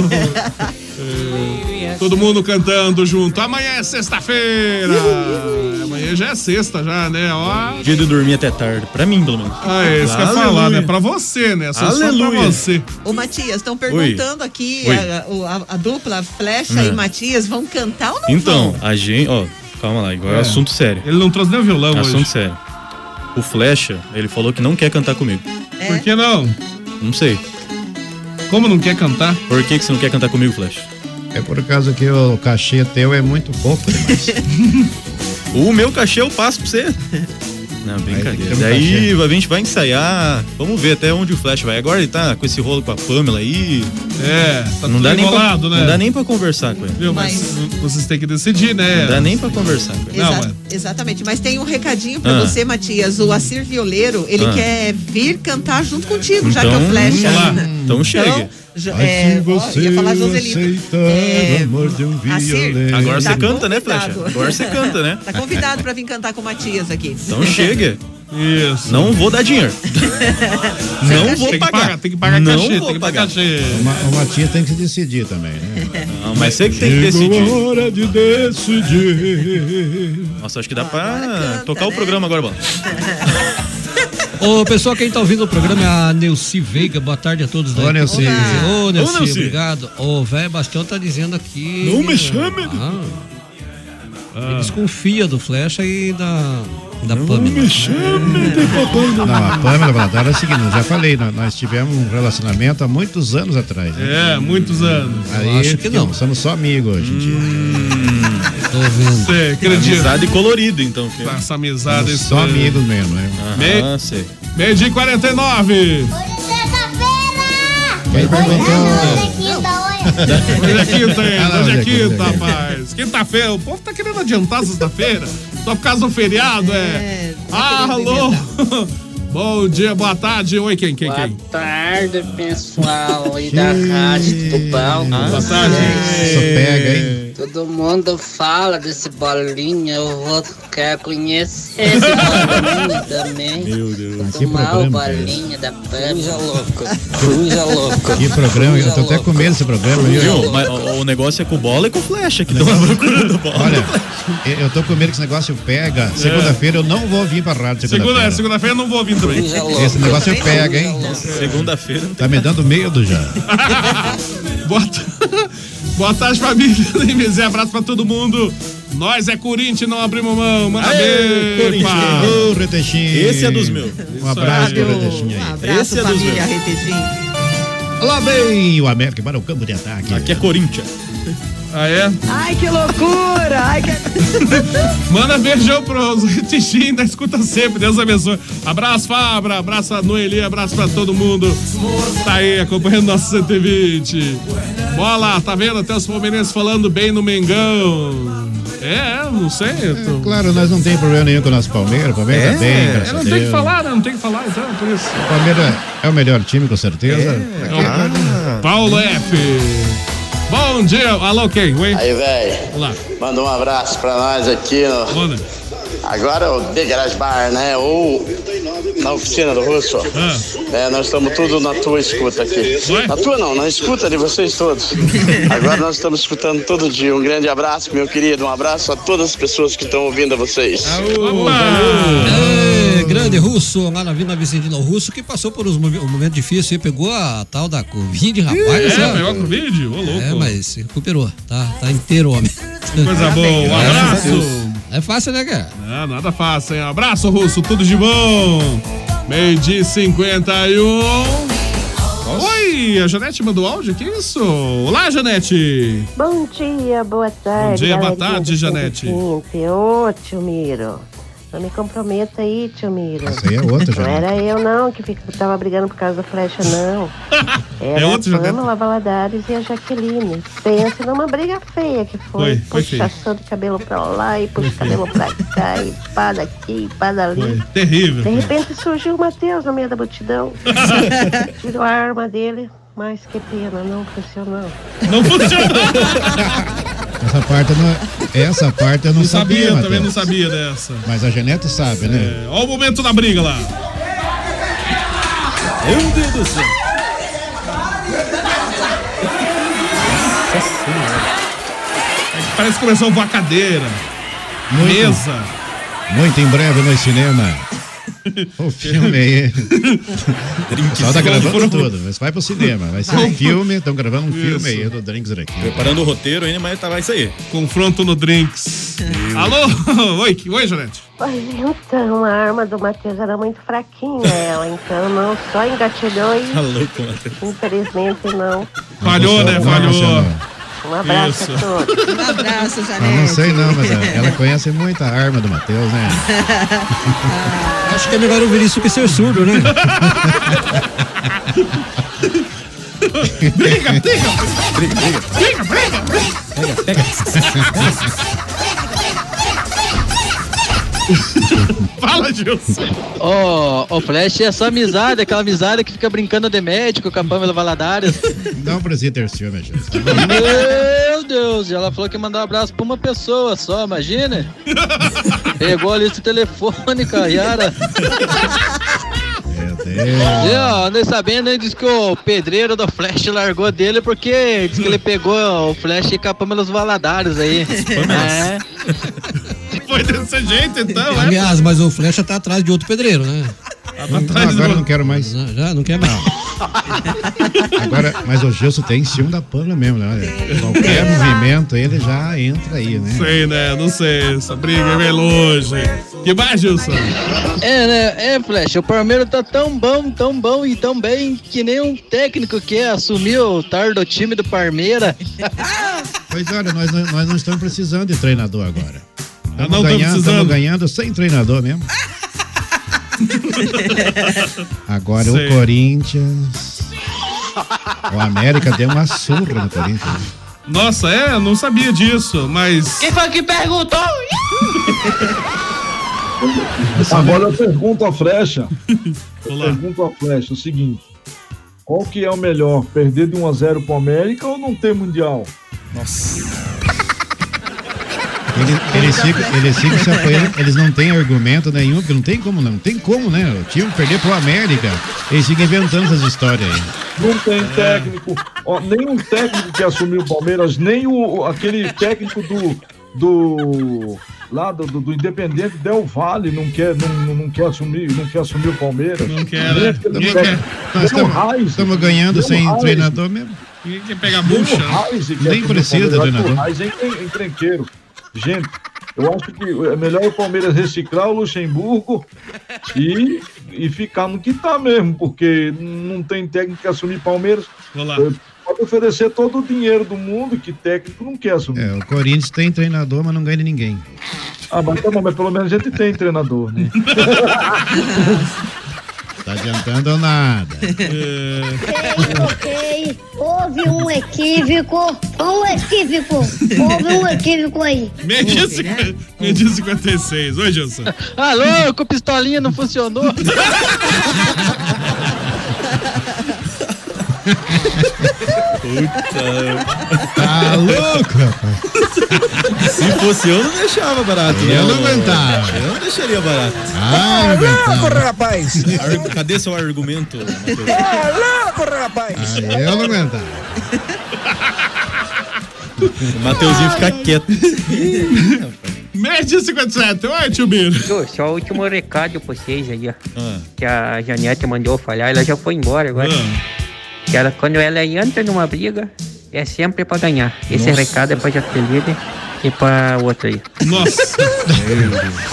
É, Todo mundo cantando junto. Amanhã é sexta-feira. Amanhã já é sexta, já, né? Ó.
Dia de dormir até tarde. Pra mim, pelo menos.
Ah, é isso que eu ia falar, né? Pra você, né? Só só pra
Aleluia.
você.
Ô Matias, estão perguntando aqui,
Oi.
a, o- a- a dupla Flecha
É.
e Matias vão cantar ou não
Então,
vão?
a gente. Ó, calma lá, agora é,
É.
assunto sério.
Ele não trouxe nem o violão
Assunto
hoje.
sério. O Flecha, ele falou que não quer cantar comigo.
Por que não?
Não sei.
Como não quer cantar?
Por que, que você não quer cantar comigo, Flecha?
É por causa que o cachê teu é muito pouco.
O meu cachê eu passo pra você. Não, brincadeira.
tem um
Daí a gente vai ensaiar, vamos ver até onde o Flash vai. Agora ele tá com esse rolo com a Pamela aí.
É, tá
não
tudo
dá nem
enrolado,
pra,
né?
Não dá nem pra conversar com ele.
Viu, mas, vocês têm que decidir, né?
Não dá nem pra conversar com ele.
Exa- Exatamente, mas tem um recadinho pra
é. Ah.
você, Matias. O Acir Violeiro, ele
Ah.
quer vir cantar junto contigo, já que é
Então,
o Flecha.
vamos lá. Então chega.
jo-
Mas
é,
se
ó, ia falar Joselito.
aceitar o amor de um violento.
Agora
Tá
você canta, né,
convidado.
Flecha? Agora você canta, né?
Tá convidado pra vir cantar com o Matias aqui.
Então chega.
Isso.
Não vou dar dinheiro. não vou
Tem que
pagar.
pagar, tem que pagar
não
cachê,
vou
tem que pagar
pagar.
O, Ma- o Matias tem que se decidir também, né?
Não, mas você que tem que
Chegou
decidir.
a hora de decidir.
Nossa, acho que
Ah,
dá pra tocar
né?
o programa agora, Bola.
Ô, pessoal, quem tá ouvindo o programa é a Neuci Veiga. Boa tarde a todos.
Ô, Neuci.
Ô, Neuci,
Ô, Neuci.
obrigado. Ô, velho Bastião tá dizendo aqui...
Não me
chame. Ele desconfia do Flecha e da, da Pamela.
É. Não, a Pamela Vladar é o seguinte, eu já falei, nó- nós tivemos um relacionamento há muitos anos atrás.
É, muitos anos.
Aí, Somos só amigos hoje em dia. Hum,
Tô vendo.
Hum. Você acredita?
Amizade colorida, então. filho.
Essa amizade.
Somos
esse-
só amigos mesmo, né?
Aham, sei.
Meio dia e 49.
Quem perguntou?
Hoje é quinta, hein?
Ah, não,
Hoje é
hoje é
quinta,
quinta, hoje é
rapaz. Quinta-feira. O povo tá querendo adiantar sexta-feira. Só por causa do feriado, é.
Tá
Ah, alô. Bom dia, boa tarde. Oi, quem, quem, quem?
tarde, pessoal, e da Rádio Tubal.
Boa tarde.
Só pega, hein?
Todo mundo fala desse bolinha, eu vou quero conhecer esse bolinha também.
Meu Deus. Que
Tomar o
é
programa.
bolinha da Pamela. louco, fuja louco.
Que programa. Eu tô até com medo desse programa.
Viu? Mas o o negócio é com bola e com flecha, que estão procurando bola.
Tá Olha, eu- eu tô com medo que esse negócio pega. Segunda-feira eu não vou vir pra rádio.
Segunda,
Segunda-feira.
segunda-feira eu não vou vir também.
Esse negócio pega, hein?
Segunda-feira não
Tá me dando medo já.
Boa, ta- Boa tarde, família do MZ. um Abraço pra todo mundo. Nós é Corinthians, não abrimos mão. Manda
Aê,
ver.
Corinthians.
pá.
Ô, Retechinho.
Esse é dos meus.
Um abraço pro
Fábio,
Retechinho
Um
aí. é
abraço,
é
família Retejinho.
Lá vem o América para o campo de ataque. Aqui
é Corinthians.
Ah, é?
Ai, que loucura! Ai, que...
Manda beijão pros Tixim, da escuta sempre, Deus abençoe. Abraço, Fabra, abraço a Noeli, abraço pra todo mundo. Tá aí acompanhando nosso 120. Bola, tá vendo? Até os palmeirenses falando bem no Mengão. É, não sei. eu tô-
Claro, nós não tem problema nenhum com o nosso Palmeiras. O Palmeiras
É,
tá bem, graças
é,
a
não
Deus.
tem que falar, né? Não tem que falar, então, por isso.
O Palmeiras é o melhor time, com certeza. Tá
Paulo F. Bom dia, Ah. alô, quem? Oi?
Aí, velho. Manda um abraço pra nós aqui. No... Agora é o The Garage Bar, né? Ou na oficina do Russo.
Ah.
É, nós estamos tudo na tua escuta aqui. Na tua não, na escuta de vocês todos. Agora nós estamos escutando todo dia. Um grande abraço, meu querido. Um abraço a todas as pessoas que estão ouvindo a vocês.
É, grande russo lá na Vila Vicentina, o russo que passou por uns movi- um momento difícil e pegou a tal da Covid, rapaz.
é,
ó.
pegou a Covid? Ô, louco.
É, mas se recuperou, tá, tá inteiro o homem.
Coisa boa, um
Tá Graças a
abraço.
Deus. É fácil, né, cara?
Não, nada fácil, hein? Abraço, Russo, tudo de bom. Meio dia 51. Oi, a Janete mandou áudio, que isso? Olá, Janete.
Bom dia, boa tarde.
Bom dia, boa
galerinha
tarde,
do
Janete.
120. Ô, tio Miro. Não me comprometa aí, tio Miro. Essa
aí é outra,
Não
Janete.
era eu, não, que fica- tava brigando por causa da flecha, não. Era
É outra,
a
Janete.
Pamela Valadares e a Jaqueline. Pensa numa briga feia que foi.
Foi, foi feia.
Puxação de cabelo pra lá e puxa o cabelo pra cá e pá daqui e pá dali.
Terrível.
De repente surgiu o Matheus no meio da multidão. Tirou a arma dele, mas que pena, não funcionou.
Não funcionou.
Essa parte eu não, essa parte eu não,
Não sabia, eu
sabia
também não
Matheus.
sabia dessa.
Mas a Genete sabe, né?
Olha o momento da briga lá.
Meu Deus do céu.
Parece que começou a voar cadeira,
Muito.
mesa.
Muito em breve no cinema. O filme aí. O pessoal tá gravando tudo, mas vai pro cinema. Vai ser um filme, estão gravando um filme aí do Drinks aqui.
Preparando o roteiro ainda, mas tá, vai sair.
Confronto no Drinks. Alô? Oi, que- oi, Janete.
Pois então, a arma do Matheus era muito fraquinha, ela, então não só engatilhou e
Tá louco, mano.
infelizmente não.
Falhou, né? Falhou.
Um abraço
Isso.
a todos. Um
abraço,
Eu Ah, não sei não,
é.
mas ela, ela conhece muito a arma do Matheus, né?
Acho que é melhor ouvir isso que ser surdo, né?
briga, briga,
briga, briga, briga,
Pega, pega.
Fala, Gilson.
Ô, ô, Flash é só amizade, aquela amizade que fica brincando de médico com a Pamela Valadares.
Não precisa um ter ciúme, gente.
Meu Deus, e ela falou que ia mandar um abraço pra uma pessoa só, imagina. Pegou a lista telefônica, Yara. E, ó, andei sabendo, ele disse que o pedreiro do Flash largou dele porque disse que ele pegou o Flash com a Pamela Valadares aí. É.
Foi desse jeito, então, é?
Aliás, mas o Flecha tá atrás de outro pedreiro, né?
Tá
Não, agora eu não quero mais.
Já, já não quer mais.
Agora, mas o Gilson tem ciúme da pana mesmo, né? Olha, Qualquer movimento ele já entra aí, né?
Sei, né? Não sei. Essa briga é meio longe. Que mais, Gilson?
É, né? É, Flash, o Palmeiras tá tão bom, tão bom e tão bem que nem um técnico que assumiu o tar do time do Palmeiras.
Pois olha, nós, não- nós não estamos precisando de treinador agora.
Ah,
Estamos
não estamos
ganhando, estamos
precisando.
ganhando sem treinador mesmo. Agora
Sei.
o Corinthians. O América deu uma surra no Corinthians.
Nossa, é? Eu Não sabia disso, mas.
Quem foi que perguntou?
Agora eu pergunto à flecha. Eu
Olá.
Pergunto à flecha é o seguinte: qual um que é o melhor? Perder de 1 a 0 pro América ou não ter Mundial?
Nossa.
Eles, eles ficam, eles ficam se apoiando, eles não têm argumento nenhum, porque não tem como não. Tem como, né? O time perder pro América. Eles ficam inventando essas histórias aí.
Não tem um técnico. Ó, nenhum técnico que assumiu o Palmeiras, nem o, aquele técnico do. do lá do, do, do Independente Del Vale não quer, não, não- não quer assumir, não quer assumir o Palmeiras. Não
quer, né? Ninguém quer. Nós tamo-
Estamos
ganhando sem treinador mesmo.
Ninguém quer pegar bucha. né?
Nem precisa, treinador.
O Reis é encren- encrenqueiro. Gente, eu acho que é melhor o Palmeiras reciclar o Luxemburgo e, e ficar no que tá mesmo, porque não tem técnico que assumir Palmeiras. Eh, Pode oferecer todo o dinheiro do mundo que técnico não quer assumir.
É, o Corinthians tem treinador, mas não ganha de ninguém.
Ah, mas, tá bom, mas pelo menos a gente tem treinador, né?
Tá adiantando nada.
Ei, houve um equívoco, um equívoco, houve um equívoco aí.
Meio-dia cinqu- meio-dia 56. Oi, Gilson.
Alô, com pistolinha não funcionou.
Puta.
Tá louco, rapaz.
Se fosse eu, não deixava barato. né?
Eu não aguentava.
Eu não deixaria barato.
Ah, eu não aguentava.
rapaz. Cadê seu argumento?
louco, rapaz!
Ah, Eu não aguentava.
O Mateuzinho fica quieto.
Média 57. Oi, tio Ah. Biro.
Ô, Só o último recado pra vocês aí, ó. Que a Janete mandou falar, ela já foi embora agora.
Ah.
Que ela, quando ela entra numa briga, é sempre pra ganhar. Esse
Nossa.
recado é pra Jaqueline e pra outra aí.
Nossa.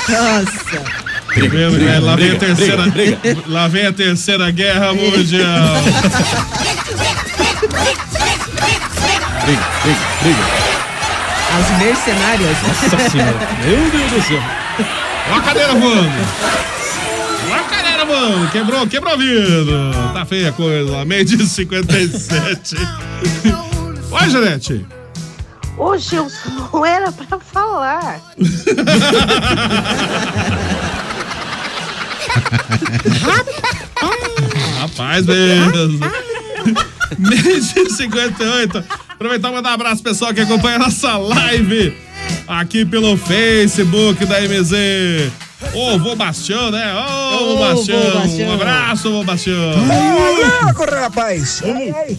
Nossa.
Primeiro,
briga,
né? lá, vem a
briga,
terceira,
briga,
lá vem a terceira guerra mundial.
Briga, briga, briga.
As mercenárias.
Nossa senhora. Meu Deus do céu.
Ó a cadeira voando. Ó a cadeira voando. Quebrou, quebrou o vidro. Tá feia a coisa lá. Meio de 57. Oi, Janete.
Ô, Gilson, não era pra falar.
Rapaz mesmo. Meio de 58. Aproveitar e mandar um abraço pro pessoal que acompanha a nossa live aqui pelo Facebook da MZ. Ô, vô Bastião, né? Ô, vô
Ô, vô
Bastião.
Bastião.
Um abraço, vô Bastião.
Ô, louco, rapaz! Ai, ai.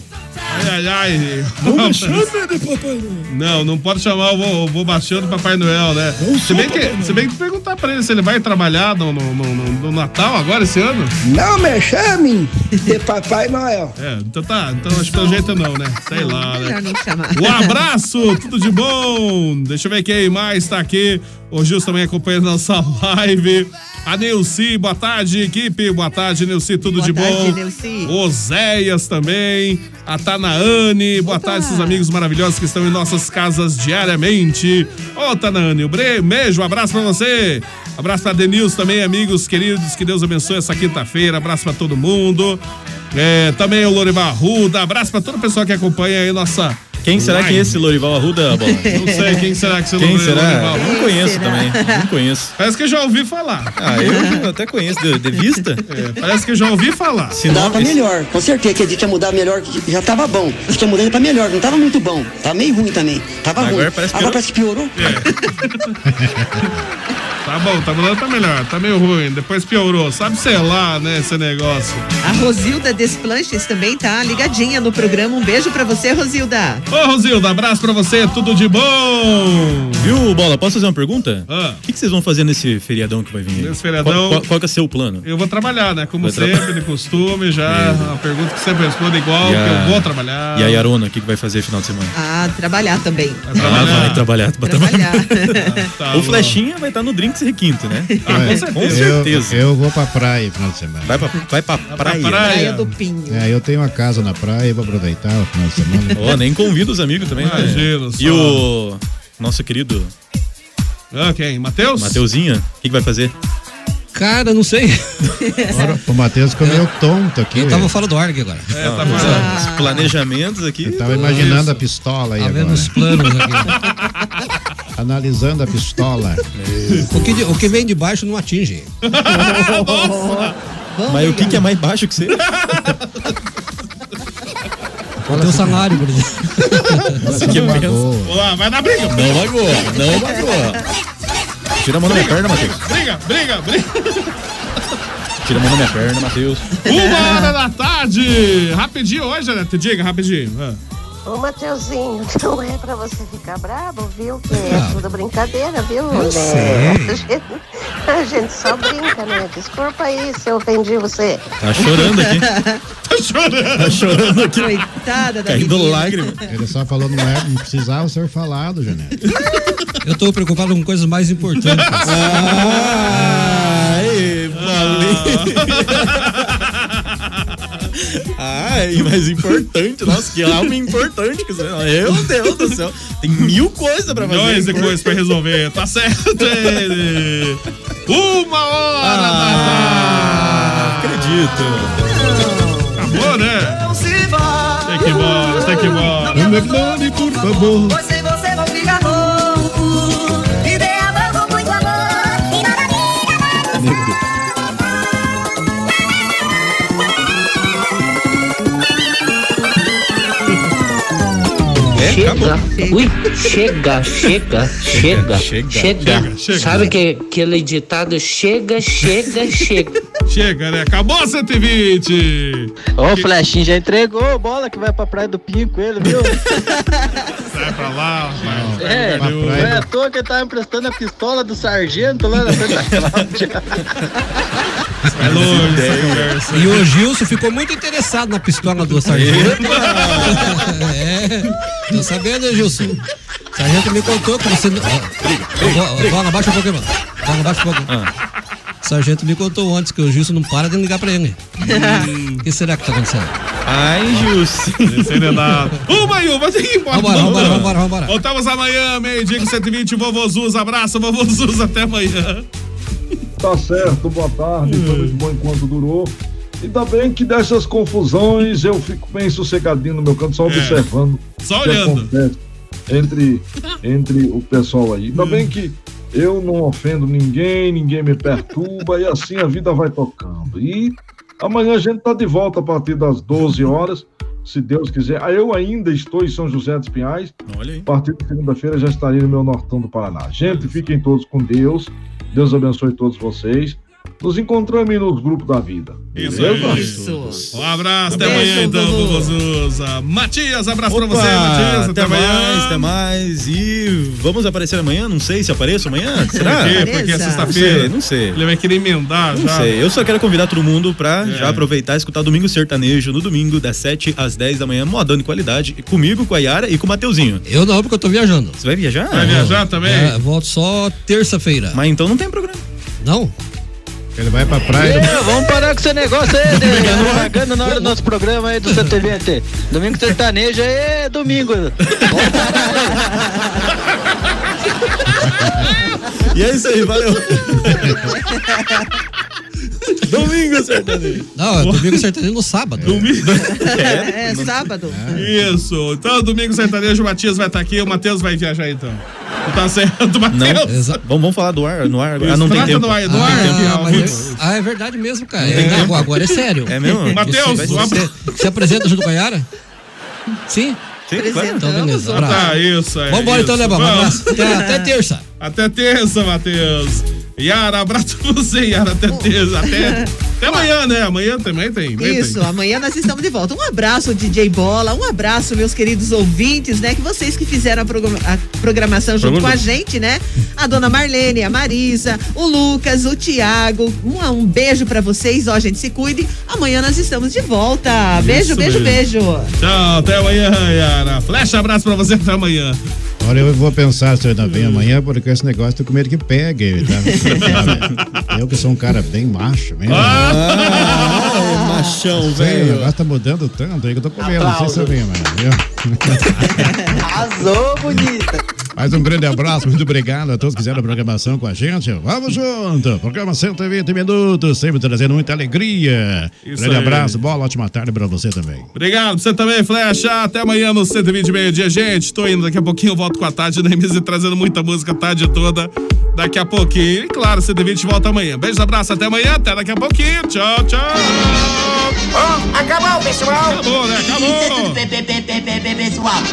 Ai, ai, ai.
Não chama de papai.
Não, não pode chamar o vô, o vô Bastião do Papai Noel, né? Se bem, que, se bem que perguntar pra ele se ele vai trabalhar no, no, no- no- no Natal agora, esse ano.
Não me chame de Papai Noel.
É, então tá, então acho que pelo jeito não, né? Sei lá, né?
Melhor não chamar.
Um abraço, tudo de bom. Deixa eu ver quem mais tá aqui. O Gilson também acompanhando nossa live. A Neuci, boa tarde, equipe. Boa tarde, Neuci, tudo de bom.
tarde, Neuci.
Oséias também. A Tanaane, boa tarde, seus amigos maravilhosos que estão em nossas casas diariamente. Ô, Tanaane, um bre- beijo, um abraço pra você. Abraço pra Denilson também, amigos queridos. Que Deus abençoe essa quinta-feira. Abraço pra todo mundo. É, também o Lorival Arruda. Abraço pra todo o pessoal que acompanha aí nossa.
Quem será que é esse Lorival Arruda, Bola?
Não sei, quem será que você
Quem
Lorival
será?
Arruda?
Não conheço também. Não conheço.
Parece que eu já ouvi falar. É,
Ah, eu até conheço de, de vista.
parece que eu já ouvi falar.
Se
Mudar
não,
pra melhor, com certeza. Que a gente ia mudar melhor, que já tava bom. Acho que ia mudando pra melhor, não tava muito bom. Tava meio ruim também. Tava
Agora
ruim.
parece que
Agora parece que piorou.
É. Tá bom, tá mudando, tá melhor. Tá meio ruim. Depois piorou. Sabe, sei lá, né, esse negócio.
A Rosilda Desplanches também tá ligadinha no programa. Um beijo pra você, Rosilda.
Ô, Rosilda, abraço pra você, tudo de bom!
Viu, Bola? Posso fazer uma pergunta?
Ah.
O que, que vocês vão fazer nesse feriadão que vai vir aí?
Nesse feriadão-
Qual, qual- qual que é o seu plano?
Eu vou trabalhar, né? Como
Vai
sempre,
traba-
de costume, já. é Uma pergunta que sempre respondo igual,
E a-
que eu vou trabalhar.
E a Yarona, o que, que vai fazer final de semana?
Ah, trabalhar também.
Ela Ah, vai trabalhar. vai trabalhar.
Tá
o
bom.
Flechinha vai estar no Drinks Requinto, né?
É,
Com certeza.
Eu, eu vou pra praia final de semana.
Vai pra, vai pra praia.
Praia do Pinho.
É, eu tenho uma casa na praia, eu vou aproveitar o final de semana.
Ó, nem convida os amigos também. né?
Imagino, só.
E o nosso querido
Ah, quem? Matheus?
Mateuzinho, o que, que vai fazer?
Cara, não sei.
Agora, o Matheus ficou meio tonto aqui.
Eu tava fora do ARG agora.
É,
tá Os planejamentos aqui.
Eu tava imaginando a pistola aí
Tá
agora.
vendo os planos aqui.
Analisando a pistola.
O que, de- o que vem de baixo não atinge.
é
Mas o que, que é mais baixo que você?
Teu salário, por exemplo.
Que benção.
Vamos lá, vai na briga.
Não magoou, não magoou. Tira a mão da minha perna, Matheus.
Briga, briga, briga.
Tira a mão da minha perna, Matheus.
Uma hora da tarde. Rapidinho hoje, né? Diga, rapidinho. Ah.
Ô, Mateuzinho, não é pra você ficar brabo, viu? Que é tudo brincadeira, viu? né?
sei.
A, gente, a gente só brinca, né? Desculpa aí se eu ofendi você.
Tá chorando aqui.
Tá chorando.
Tá chorando aqui.
Coitada
Caindo lágrima.
Ele só falou, não, é, não precisava ser falado, Janete.
Eu tô preocupado com coisas mais importantes.
Ai, mas importante, nossa, que alma importante
né?
que você. Meu Deus do céu. Tem mil coisas pra fazer.
Milhões de coisas pra resolver. Tá certo, ele. Uma hora
Ah.
da tarde. Acredito. Acabou, né?
Não se vá.
Tem que ir embora, tem que ir embora.
abandone, por favor. Pois sem você vou ficar louco. Me dê amor com muito amor. E nada
É,
Chega, ui, chega, chega, chega, chega,
chega, chega.
Sabe que aquele ditado chega, chega, chega.
Chega, né? Acabou 120.
Ô, Flechinho já entregou bola que vai pra Praia do Pinco, ele, viu?
Sai é pra lá, rapaz.
É, não é à toa que ele tava emprestando a pistola do sargento lá na frente da Cláudia.
Vai É longe essa conversa.
E o Gilson ficou muito interessado na pistola do sargento. é, tô sabendo, hein, Gilson. O sargento me contou que você. não- Ó, ó, Bola, abaixa um pouquinho, mano. Bola, abaixa um pouquinho. O sargento me contou antes que o Gilson não para de ligar pra ele. Hum, O que será que tá acontecendo?
Ai, Gilson.
Uma e uma, tem que ir embora.
Vambora, vambora, vambora,
vambora. Voltamos amanhã, meio-dia com 120. Vovô Zuz, abraço, vovô Zuz, até amanhã.
Tá certo, boa tarde,
Hum.
tudo de bom enquanto durou. Ainda bem que dessas confusões eu fico bem sossegadinho no meu canto, só observando.
É. Só
o que
olhando.
acontece Entre, entre o pessoal aí. Ainda bem que eu não ofendo ninguém, ninguém me perturba e assim a vida vai tocando. E amanhã a gente tá de volta a partir das 12 horas, se Deus quiser. Ah, Eu ainda estou em São José dos Pinhais.
Olha aí.
A partir de segunda-feira já estarei no meu Nortão do Paraná. Gente, fiquem todos com Deus. Deus abençoe todos vocês. Nos encontramos aí nos grupos da vida.
Isso
Beleza?
aí. Um abraço, até
Beijo,
amanhã então,
Dudu.
vovô Zuza. Matias, abraço pra
Opa,
você, Matias, até,
Ah, até,
amanhã.
mais, até mais. E vamos aparecer amanhã? Não sei se apareço amanhã. Será?
Por quê? Porque é
Não sei.
sexta-feira.
Não sei.
Ele vai querer emendar
Não
já. É.
sei, eu só quero convidar todo mundo pra já aproveitar e escutar Domingo Sertanejo no domingo, das 7 às 10 da manhã, modando qualidade, e comigo, com a Yara e com o Mateuzinho.
Eu não, porque eu tô viajando.
Você vai viajar?
Vai
Tá,
viajar também? É,
volto só terça-feira. Mas então não tem programa.
Não?
Ele vai pra
É, vamos parar com esse negócio aí, né? Pagando na hora do nosso programa aí do CTVT. Domingo sertanejo aí é domingo.
E é isso aí, valeu. domingo sertanejo.
Não, é domingo sertanejo no sábado.
Domingo.
É, sábado.
Isso. Então, domingo sertanejo, o Matias vai estar aqui, o Matheus vai viajar então. Tá certo, Matheus.
Vamos, vamos falar do ar, no ar agora. Ah, não tem
Estrada
tempo.
no ar, no ar,
Ah,
aqui, ó,
mas-
putz.
Ah, é verdade mesmo, cara.
Não tem
É, não,
tempo.
agora é sério.
É mesmo?
Matheus,
Você-
um abra-
você- se apresenta junto com a Yara? Sim?
Sim, claro.
Então, beleza.
Ah,
abraço.
Tá, isso aí.
Vambora então,
isso.
Lebão. Um
Vamos.
abraço. Até, até terça.
Até terça, Matheus. Yara, abraço pra você, Yara. Até terça. Até, até amanhã, né? Amanhã também tem. também
Isso,
tem.
amanhã nós estamos de volta. Um abraço, DJ Bola, um abraço, meus queridos ouvintes, né? Que vocês que fizeram a, programa- a programação junto
Programa-
com a gente, né? A dona Marlene, a Marisa, o Lucas, o Tiago. Um, um beijo pra vocês, ó, gente, se cuide. Amanhã nós estamos de volta. Beijo,
Isso
beijo,
mesmo.
beijo.
Tchau, até amanhã, Yara. Flecha, abraço pra você, até amanhã.
Olha, eu vou pensar se eu ainda venho amanhã, porque esse negócio tô com medo que pegue, tá? Sabe? eu que sou um cara bem macho mesmo.
Ah, machão,
Sei, o negócio tá mudando tanto aí que eu tô com medo, não sei se eu venho amanhã, viu?
Arrasou, bonita.
Mais um grande abraço, muito obrigado a todos que fizeram a programação com a gente. Vamos junto! Programa 120 minutos, sempre trazendo muita alegria.
Isso
grande
aí.
abraço, bola, ótima tarde pra você também.
Obrigado, você também, Flecha. Até amanhã no 120 meio-dia, gente. Tô indo, daqui a pouquinho eu volto com a tarde na MZ trazendo muita música a tarde toda. Daqui a pouquinho. E claro, 120
Ah,
volta amanhã. Beijo, abraço, até amanhã, até daqui a pouquinho. Tchau, tchau.
acabou, pessoal?
Acabou, né? Acabou.
Tudo bem, bem, bem, bem, bem, pessoal?